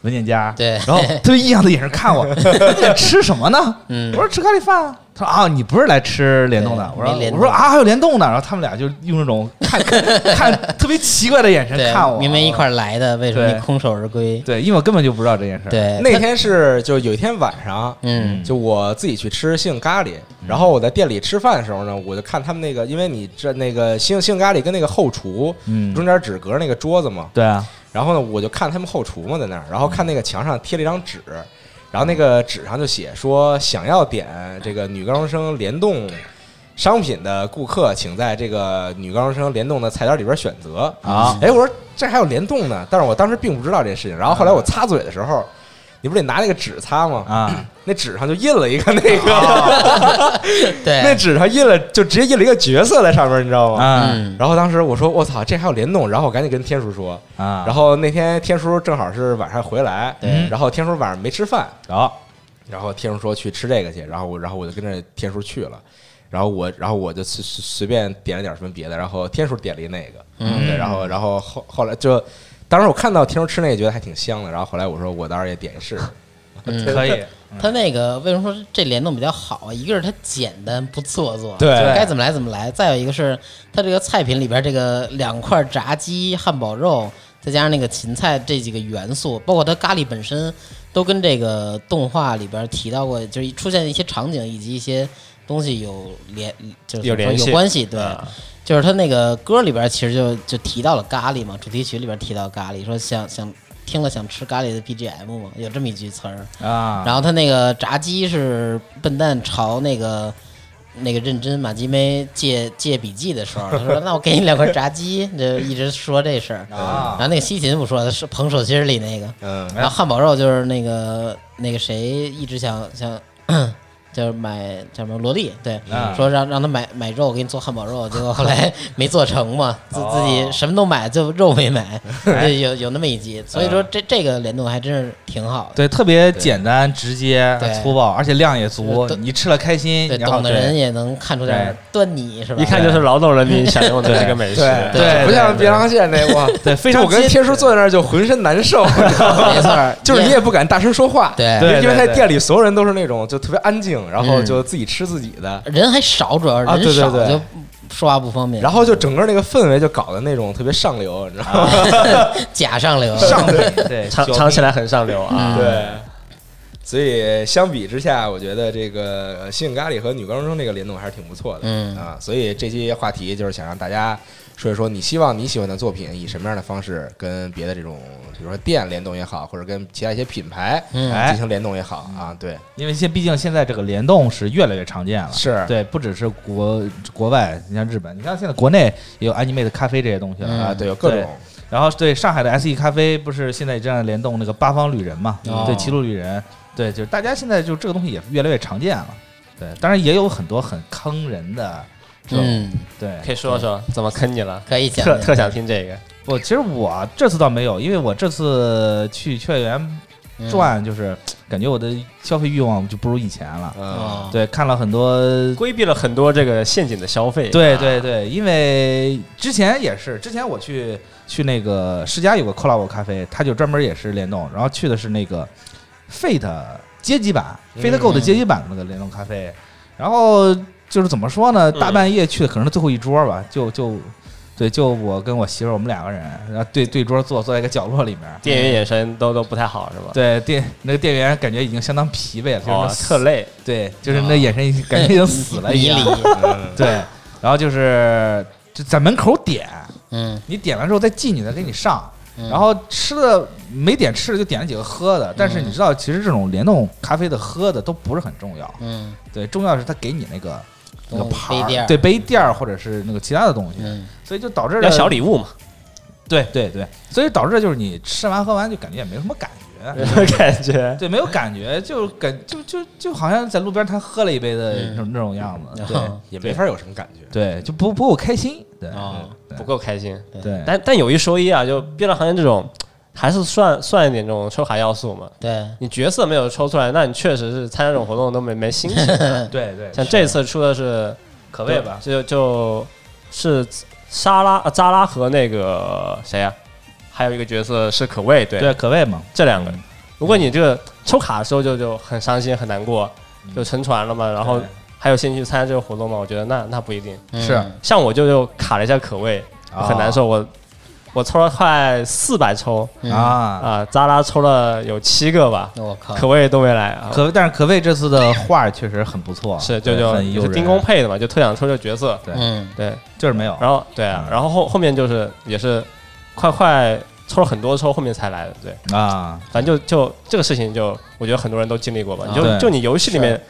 文件夹，
对
然后特别异样的眼神 看我，你俩吃什么呢？
嗯
我说吃咖喱饭啊。他说啊，你不是来吃联动的？
对
我说
没联
我
动
说啊，还有联动的。然后他们俩就用那种看 看特别奇怪的眼神
对
看我，，
明明一块儿来的，为什么
对
你空手而归？
对，因为我根本就不知道这件事儿。
对，
那天是就有一天晚上，
嗯
就我自己去吃杏咖喱，然后我在店里吃饭的时候呢，我就看他们那个，因为你这那个杏杏咖喱跟那个后厨
嗯
中间只隔着那个桌子嘛，
对啊，
然后呢，我就看他们后厨嘛，在那儿，然后看那个墙上贴了一张纸，然后那个纸上就写说，想要点这个女高中生联动商品的顾客，请在这个女高中生联动的菜单里边选择。
啊，
哎，我说这还有联动呢，但是我当时并不知道这事情。然后后来我擦嘴的时候，你不是得拿那个纸擦吗？
啊，
那纸上就印了一个那个， 那
对，
纸上印了就直接印了一个角色在上面，你知道吗？
哎啊
嗯，
然后当时我说我操，这还有联动，然后我赶紧跟天叔说，
啊，
然
后
后那天天叔正好是晚上回来，
嗯
对
然后天叔晚上没吃饭，
然后
然后天叔说去吃这个去，然后我然后我就跟着天叔去了，然后我然后我就随随随便点了点什么别的，然后天叔点了一那个，
嗯
对，然后然后后后来就，当时我看到天叔吃那个觉得还挺香的，然后后来我说我当时也点一试试，
嗯
可以，
它那个为什么说这联动比较好啊？一个是它简单不做作，
对
就该怎么来怎么来；再有一个是它这个菜品里边这个两块炸鸡、汉堡肉，再加上那个芹菜这几个元素，包括它咖喱本身，都跟这个动画里边提到过，就是出现一些场景以及一些东西有联，就是
有
怎么说
联系
有关系，对。
啊
就是他那个歌里边其实就就提到了咖喱嘛，主题曲里边提到咖喱，说想想听了想吃咖喱的 BGM 嘛，有这么一句词儿。
啊，
然后他那个炸鸡是笨蛋朝那个那个认真马吉梅借借笔记的时候，他 说：“那我给你两块炸鸡。”就一直说这事儿。
啊
然后那个西芹不说，是捧手心儿里那个。
嗯，
然后汉堡肉就是那个那个谁一直想想。就是买叫什么萝莉，对，
啊
嗯
说让让他买买肉，我给你做汉堡肉，结果后 来没做成嘛，自
哦
自己什么都买，就肉没 买，就有有那么一集，所以说这这个联动还真是挺好的。
嗯对，特别简单直接
对
粗暴，而且量也足，
对
你吃了开心，
对，
然后
懂的
对
人也能看出点儿端倪，是吧？
一看就是劳动人民享用的这个美食，
对
不像别狼线那 我，
对非
就
常
我跟天叔坐在那儿就浑身难受，你知道吗，
没错儿
就是你也不敢大声说话，
对
对
因为
对
在
对
店里所有人都是那种就特别安静，然后
嗯
就自己吃自己的，
人还少，主要是
啊对
人
对
少
对
就说话不方便，
然后就整个那个氛围就搞得那种特别上流，你知道吗？
假上流，
上啊对嗯对
尝尝起来很上流啊，
对。所以相比之下，我觉得这个呃性咖喱和女高中生这个联动还是挺不错的，
嗯
啊，所以这期话题就是想让大家说一说，你希望你喜欢的作品以什么样的方式跟别的这种，比如说店联动也好，或者跟其他一些品牌
嗯
进
哎，
行联动也好啊，对，
因为现毕竟现在这个联动是越来越常见了，
是
对，不只是国国外，你像日本，你看现在国内也有 anime 的咖啡这些东西了
啊，
啊，
对，有各
对
种
嗯
然后对上海的 SE 咖啡不是现在这样联动那个八方旅人嘛，
哦
对齐鲁旅人，对，就是大家现在就这个东西也越来越常见了，对，当然也有很多很坑人的，是吧
嗯，
对，
可以说说怎么坑你了？
可以讲
特特想听这个，
我其实我这次倒没有，因为我这次去秋叶原
嗯
转，就是感觉我的消费欲望就不如以前了。
嗯
哦，
对，看了很多，
规避了很多这个陷阱的消费，
啊
对对对，因为之前也是，之前我去去那个世家有个 collab 咖啡，它就专门也是联动，然后去的是那个 Fate 阶级版
嗯
，Fate Go 的阶级版的那个联动咖啡，然后就是怎么说呢，
嗯
大半夜去的可能是最后一桌吧，就就。对，就我跟我媳妇儿，我们两个人，然后对对桌坐，坐在一个角落里面，
店员眼神都都不太好是吧？
对店那个店员感觉已经相当疲惫了，就是那
哦，
死
特累，
对，就是那眼神已经感觉已经死了一
迷
样
离，，
嗯
对，然后就是就在门口点，
嗯
你点完之后再记你的给你上，
嗯
然后吃的没点吃的就点了几个喝的，但是你知道，其实这种联动咖啡的喝的都不是很重要，
嗯，
对，重要是他给你那个那个
东
盘
杯垫
儿，
儿
对杯垫儿或者是那个其他的东西，
嗯
所以就导致
要
了
小礼物 嘛，
对对对，所以导致就是你吃完喝完就感觉也没什么感觉，
感觉
对，没有感觉，就感就就就好像在路边摊喝了一杯的
嗯
那种那种样子，
嗯
对
啊
也没法有什么感觉。
对，就不不够开心，对
啊
对
哦不够开心。
对，
但但有一说一啊，就变量行业这种，还是算算一点这种抽卡要素嘛。
对，
你角色没有抽出来，那你确实是参加这种活动都没没心 情。
嗯
对对，
像这次出的是
可谓吧，
就就是沙拉啊扎拉和那个谁呀、还有一个角色是可畏，对，
对可谓嘛，
这两个。如果你这个抽卡的时候就就很伤心很难过，就沉船了嘛，然后
嗯对
还有兴趣参加这个活动吗？我觉得那那不一定。
嗯
是
像我就就卡了一下可畏，
啊
很难受。我我抽了快四百抽
嗯
啊。
啊，扎拉抽了有七个吧，
我靠，
可畏都没来啊。
可但是可畏这次的画儿确实很不错，
是就
对
就
很
也
诱
是
人，
丁工配的嘛，就特想抽这个角色。
对
嗯
对，
就是没有，
然后对啊，
嗯
然后后后面就是也是快快抽了很多抽，后面才来的。对，
啊，
反正就就这个事情就，我觉得很多人都经历过吧。
啊
你就
对
就你游戏里面，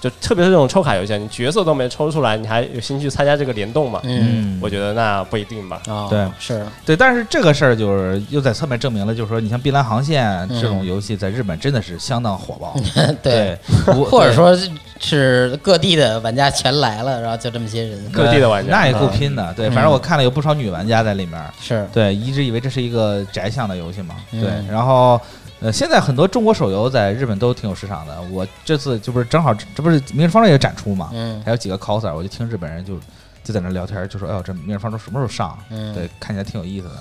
就特别是这种抽卡游戏，啊，你角色都没抽出来，你还有心去参加这个联动嘛？
嗯
我觉得那不一定吧。
啊，
对
是
对，但是这个事儿就是又在侧面证明了，就是说你像《碧蓝航线》
嗯
这种游戏在日本真的是相当火爆，
对，，
我
或者说是各地的玩家全来了，然后就这么些人，
各地的玩家
那也够拼的，对，
嗯
反正我看了有不少女玩家在里面，
是
对，一直以为这是一个宅向的游戏嘛，
嗯
对，然后。呃，现在很多中国手游在日本都挺有市场的。我这次就不是正好，这不是《明日方舟》也展出嘛，
嗯
还有几个 coser，我就听日本人就就在那聊天，就说：“哎呦，这《明日方舟》什么时候上？”
嗯
对，看起来挺有意思的。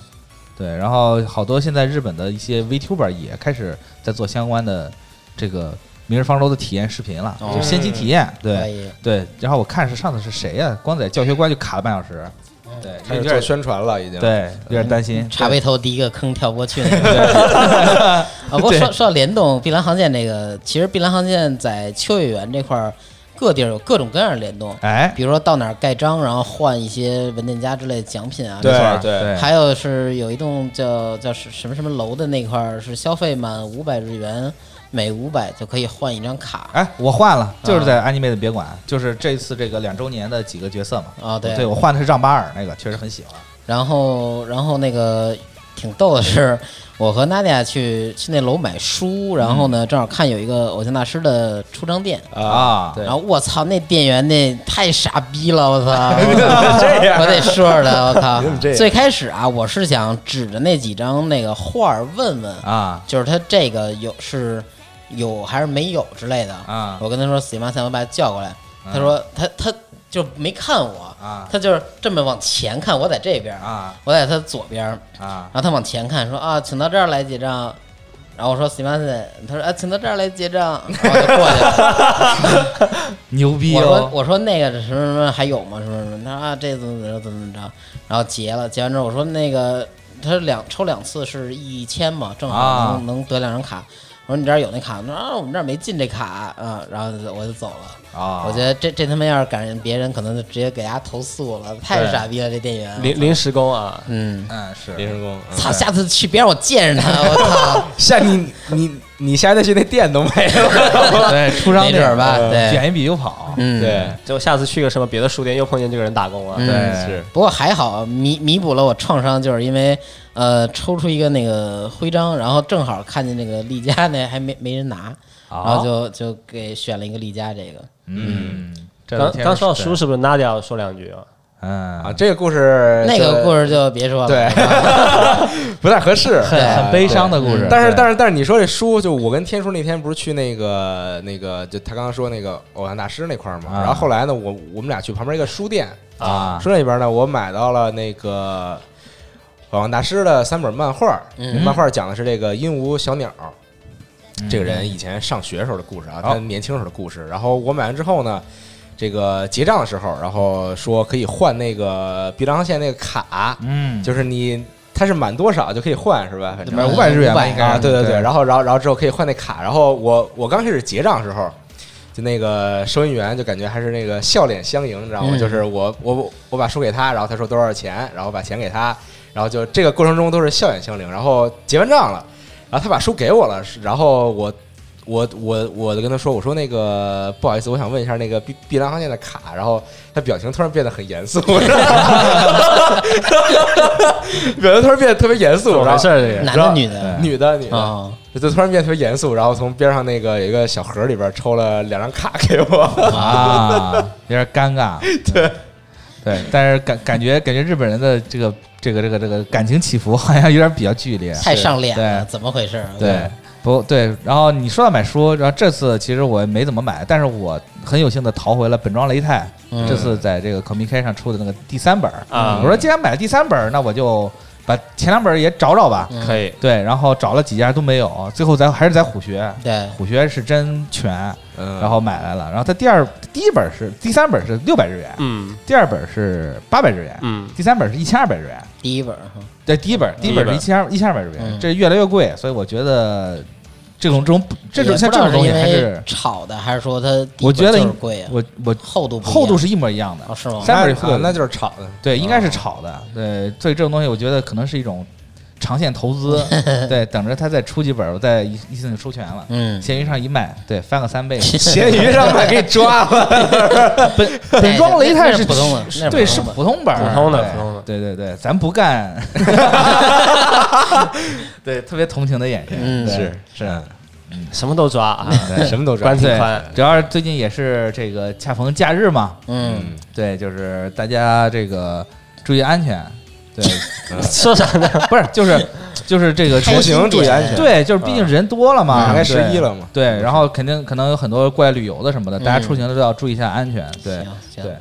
对，然后好多现在日本的一些 VTuber 也开始在做相关的这个《明日方舟》的体验视频了，
哦
就先期体验。
可
对
以，
对，然后我看是上次是谁呀、光在教学关就卡了半小时，
嗯
对，
开
有
始
点
做宣传了，已经。，
对，有点担心。
茶杯头第一个坑跳不过去那个。啊，不过
对
说说到联动碧蓝航线这个，其实碧蓝航线在秋叶原这块儿各地儿有各种各样的联动，
哎，
比如说到哪儿盖章，然后换一些文件夹之类的奖品啊。
对
这
没
种
错儿
对
对，
还有是有一栋叫叫什什么什么楼的那块儿，是消费满五百日元，每五百就可以换一张卡。
哎，我换了，就
嗯
是在 Anime 的别馆，就是这次这个两周年的几个角色嘛。
啊，
对，我换的是让巴尔那个，确实很喜欢。
然后，然后那个挺逗的是，我和娜迪亚去去那楼买书，然后呢，正好看有一个偶像大师的出张店，
啊
对
然后我操，那店员那太傻逼了，我操！
这样
我得说说他，我靠
你怎么这！样
最开始啊，我是想指着那几张那个画儿问问，
啊
就是他这个有是有还是没有之类的。
啊
我跟他说死妈三，我把他叫过来，他
嗯
说他他就没看我，
啊
他就是这么往前看，我在这边，
啊
我在他左边，然
啊
后他往前看说啊，请到这儿来结账。然后我说死妈三，他说啊，请到这儿来结账，然后就过去了。
牛逼
我说
哦！
我说那个什么什么还有吗？什么什么？他说啊，这怎么怎么怎么怎么着？然后结了，结完之后我说那个他两抽两次是一千嘛，正好能、
啊
能得两张卡。我说你这儿有那卡吗？他说啊，我们这儿没进这卡啊、然后我就走了。
啊，
我觉得这这他妈要是赶上别人，可能就直接给大家投诉了，太
对
傻逼了这店员。
临临时工啊，
嗯，
嗯是
临时工。嗯
操，下次去别让我见着他，我操，
下你你你下再去那店都没了。
对，出 张
没准儿吧？
店
对，
卷一笔就跑。
嗯，。
对
就下次去个什么别的书店又碰见这个人打工啊
嗯。
对，
是
不过还好弥弥补了我创伤，就是因为呃抽出一个那个徽章，然后正好看见那个丽佳那还没没人拿，
哦
然后就就给选了一个丽佳这个。
嗯，这
刚
两天
刚说到
是
书，是不是娜迪要说两句啊？
嗯
啊，这个故事
那个故
事
事就别说了，
对不太合适。
对
很很悲伤的故事
嗯，
但是但
是
是但是你说这书，就我跟天叔那天不是去那个那个，就他刚刚说那个偶像大师那块儿嘛，
啊
然后后来呢，我我们俩去旁边一个书店，
啊
书店里边呢，我买到了那个偶像大师的三本漫画，
嗯
漫画讲的是这个鹦鹉小鸟，
嗯
这个人以前上学时候的故事啊，
好
他年轻时候的故事。然后我买完之后呢，这个结账的时候，然后说可以换那个碧蓝航线那个卡，
嗯
就是你它是满多少就可以换是吧？反正
满
五百日元吧，应该
啊，
是
对对
对
对。然后然后然后之后可以换那卡。然后我我刚开始结账的时候，就那个收银员就感觉还是那个笑脸相迎，你知道吗？
嗯
就是我我我把书给他，然后他说多少钱，然后把钱给他，然后就这个过程中都是笑脸相迎，然后结完账了，然后他把书给我了，然后我我我我就跟他说，我说那个不好意思，我想问一下那个碧碧蓝航线的卡，然后他表情突然变得很严肃， 表情突然变得特别严肃，
怎么
然后
回事儿？这个
男的女的
对
女的女的。
啊
就突然变得特别严肃，然后从边上那个有一个小盒里边抽了两张卡给我。
啊，有点尴尬。对对，但是感感觉感觉日本人的这个这个这个这个感情起伏好像有点比较剧烈。
太上脸了，
对
怎么回事啊？
对，不对。然后你说到买书，然后这次其实我没怎么买，但是我很有幸的淘回了本庄雷太、
嗯
这次在这个 Comic 上出的那个第三本儿
啊
我说既然买了第三本儿，那我就把前两本儿也找找吧。
嗯
可以，
对，然后找了几家都没有，最后咱还是在虎穴。
对，
虎穴是真全，
嗯
然后买来了。然后它第二第一本是第三本是六百日元，
嗯
第二本是八百日元，
嗯，
第三本是一千二百日元。
第一本儿哈
对，第一本第一本是一千二一千二百日元，
嗯
这越来越贵，所以我觉得这种这种这
也不
种像
知
这
道
种东西还
因为
是
炒的，还是说它第一
我觉
本
得
就是
应
贵啊，
我我
厚度不一样
厚度是一模一样的
哦，是吗？哦
三本
那那就是炒的，
对，应该是炒的，对，所以这种东西我觉得可能是一种长线投 资，对，等着它再出几本，我再一一次性收全了。
嗯，
闲鱼上一卖，对，翻个 三倍。
咸鱼上面给抓 了。
本 本庄雷泰是
那是普通的那是
对，
普
是
通的
普通本儿，
普通的
对
普通的
对对对，咱 不干。对，特别同情的眼神，
嗯
对
是
是，啊
什么都抓啊，
什么都抓
管挺
对
宽，
主要是最近也是这个恰逢假日嘛，
嗯，
对，就是大家这个注意安全，对，
说啥呢？
不是，就是 就是这个
出行注意安全
对，就是毕竟
嗯
人多了嘛，
马上该
对
十一了嘛
对，然后肯定可能有很多过来旅游的什么的，大家
嗯
出行都要注意一下安全，对
行行
对，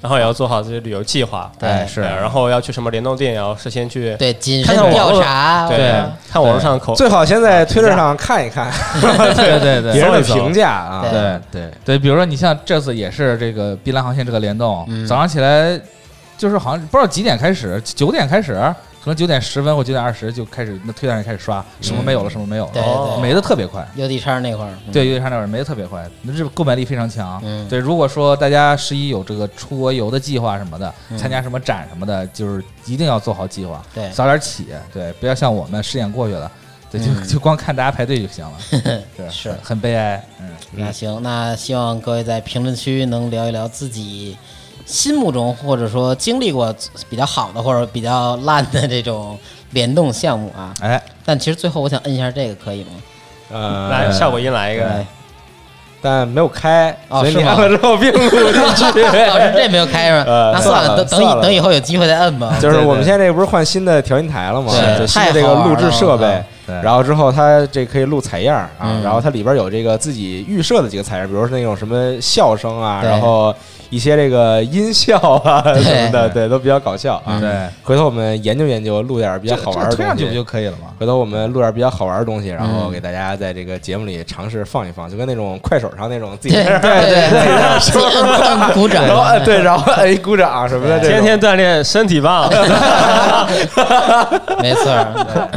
然后也要做好自己旅游计划，
对
哎是，
对然后要去什么联动店，也要事先去
对，谨
看
慎
看网
调
络
查，
对
对
看网络 上口，
最好先在推特上看一看
对对对
别人的
搜一搜
评价啊。
对
对，
对，比如说你像这次也是这个碧蓝航线这个联动，
嗯
早上起来就是好像不知道几点开始，九点开始，可能九点十分或九点二十就开始那推特上就开始刷，什么没有了，什么没有了，
嗯对
哦
对，
没的特别快。
邮递叉那块儿，嗯
对，，有点像那会儿没的特别快，日购买力非常强。
嗯
对，如果说大家十一有这个出国游的计划什么的，
嗯
参加什么展什么的，就是一定要做好计划，
对
早点起，对，不要像我们十点过去了，对，就、
嗯
就光看大家排队就行了， 对，
是
很很悲哀，嗯。
那行，那希望各位在评论区能聊一聊自己心目中或者说经历过比较好的或者比较烂的这种联动项目啊。
哎，
但其实最后我想摁一下这个，可以吗？哎
呃，
来效果音来一个，
但没有开，
哦
所以
是
你
吗
按了之后 并不进
老师
去。
这没有开是吧？
呃
那
算
了，
了
等等
算
以
了
等以后有机会再摁吧。
就是
对
我们现在这不是换新的调音台了吗？
对
就新
太
的这
好
个
玩
录制
了
设备，
对
然后之后它这可以录采样儿啊
嗯，
然后它里边有这个自己预设的几个采样儿，比如说那种什么笑声啊，
对
然后一些这个音效 啊
对嗯
什么的，对，都比较搞笑啊。
对，
回头我们研究研究，录点儿比较好玩儿的
推上
东
去不就
西。
可以了吗？
回头我们录点儿比较好玩儿的东西，然后
嗯
给大家在这个节目里尝试放一放，就跟那种快手上那种自己
对
在
对
那儿
对
自己在那儿
对，
说，
摁摁鼓掌啊
然后。呃 对，然后哎鼓掌什么的，这
天
种
天锻炼身体 棒，
没错儿，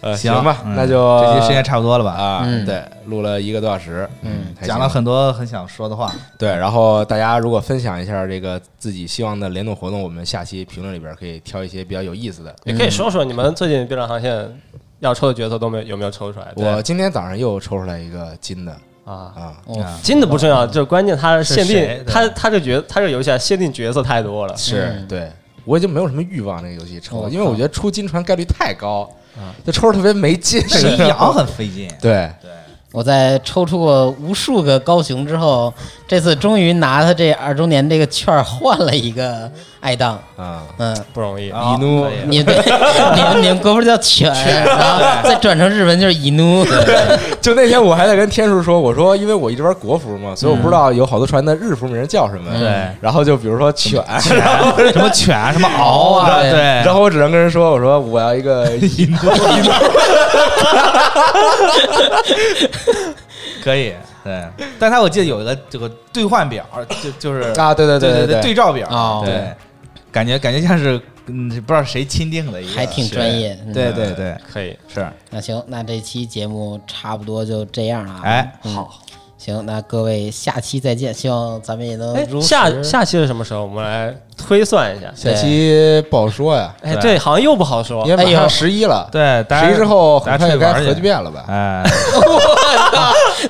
呃
行
行吧，
嗯
那就
这期时间差不多了吧？
啊
嗯，
对，录了一个多小时，
嗯
还行，
讲了很多很想说的话，
对，然后大家如果分享一下这个自己希望的联动活动，我们下期评论里边可以挑一些比较有意思的。
也可以说说你们最近冰冷航线要抽的角色都没有有没有抽出来？对
我今天早上又抽出来一个金的
啊，
啊，
嗯
啊
金的不重要，就是关键它
是
限
谁
定
对
它它这角它这游戏啊限定角色太多了，
是
嗯
对我已经没有什么欲望这个游戏抽了，
我
因为我觉得出金船概率太高
啊，
就抽着特别没劲，
沈阳很费劲。
对，
我在抽出过无数个高雄之后，这次终于拿他这二周年这个券儿换了一个爱当，
啊，
嗯，
不容易。
啊
一怒
可以
你对，你们你们国服叫犬，然啊后再转成日文就是以奴，
就那天我还在跟天叔说，我说因为我一直玩国服嘛，所以我不知道有好多船的日服名叫什么，
对，
然后就比如说犬，
什么犬啊，什么獒啊，
对
对，
然后我只能跟人说，我说我要一个银座
可以，对。但他我记得有一个这个兑换表，就就是
啊，对对
对
对
对
对，
照表，
哦
对，感觉感觉像是嗯不知道谁钦定的一个，
还挺专业。嗯
对对对，
可以，
是，
那行，那这期节目差不多就这样了啊。
哎，
好，行，那各位下期再见，希望咱们也
嗯
能
哎，
如
下
实
下期是什么时候？我们来推算一下。
下期不好说呀，
哎，
对
对，好像又不好说
因。为马
哎呦
上十一了，
对，大家
十一之后
大
很
家
快就该
出去玩去
核聚变了吧？
哎，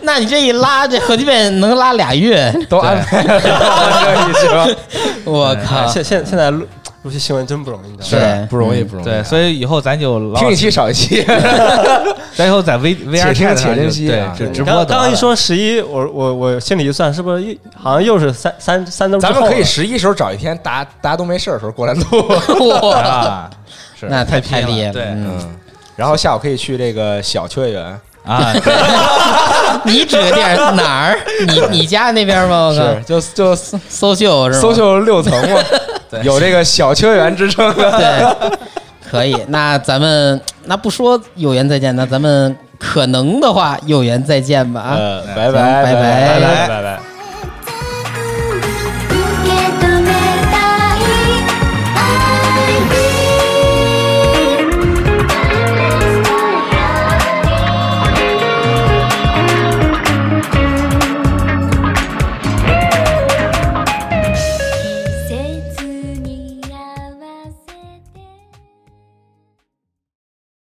那你这一拉，这核聚变能拉俩月，
都安排了，这一说
我
啊
靠！
哎现现现在录录些新闻真不容易，你知道吗？
对
是不容易，不容易。
对，所以以后咱就老
听一期少一期，
咱以后在 V V
且
R
听
chat
且
上就
珍惜
对
啊，
直
对
直播
刚
得
刚刚一
了
说十一，我我我心里一算，是不是又好像又是三三三周之
咱
后
们
了？
可以十一时候找一天，大家大家都没事儿的时候过来录。
哇，
啊，是
那太
拼
太厉害了
对
嗯
嗯，然后下午可以去这个小秋叶原，
啊，
你指的地儿是哪儿？你你家那边吗？我
是
靠，
就就
搜秀是吗？
搜秀六层 嘛，
对
有这个小秋叶原之称的。
对，可以。那咱们那不说有缘再见，那咱们可能的话有缘再见吧啊。
呃，拜
行拜
拜
拜
拜
拜
拜拜
拜拜。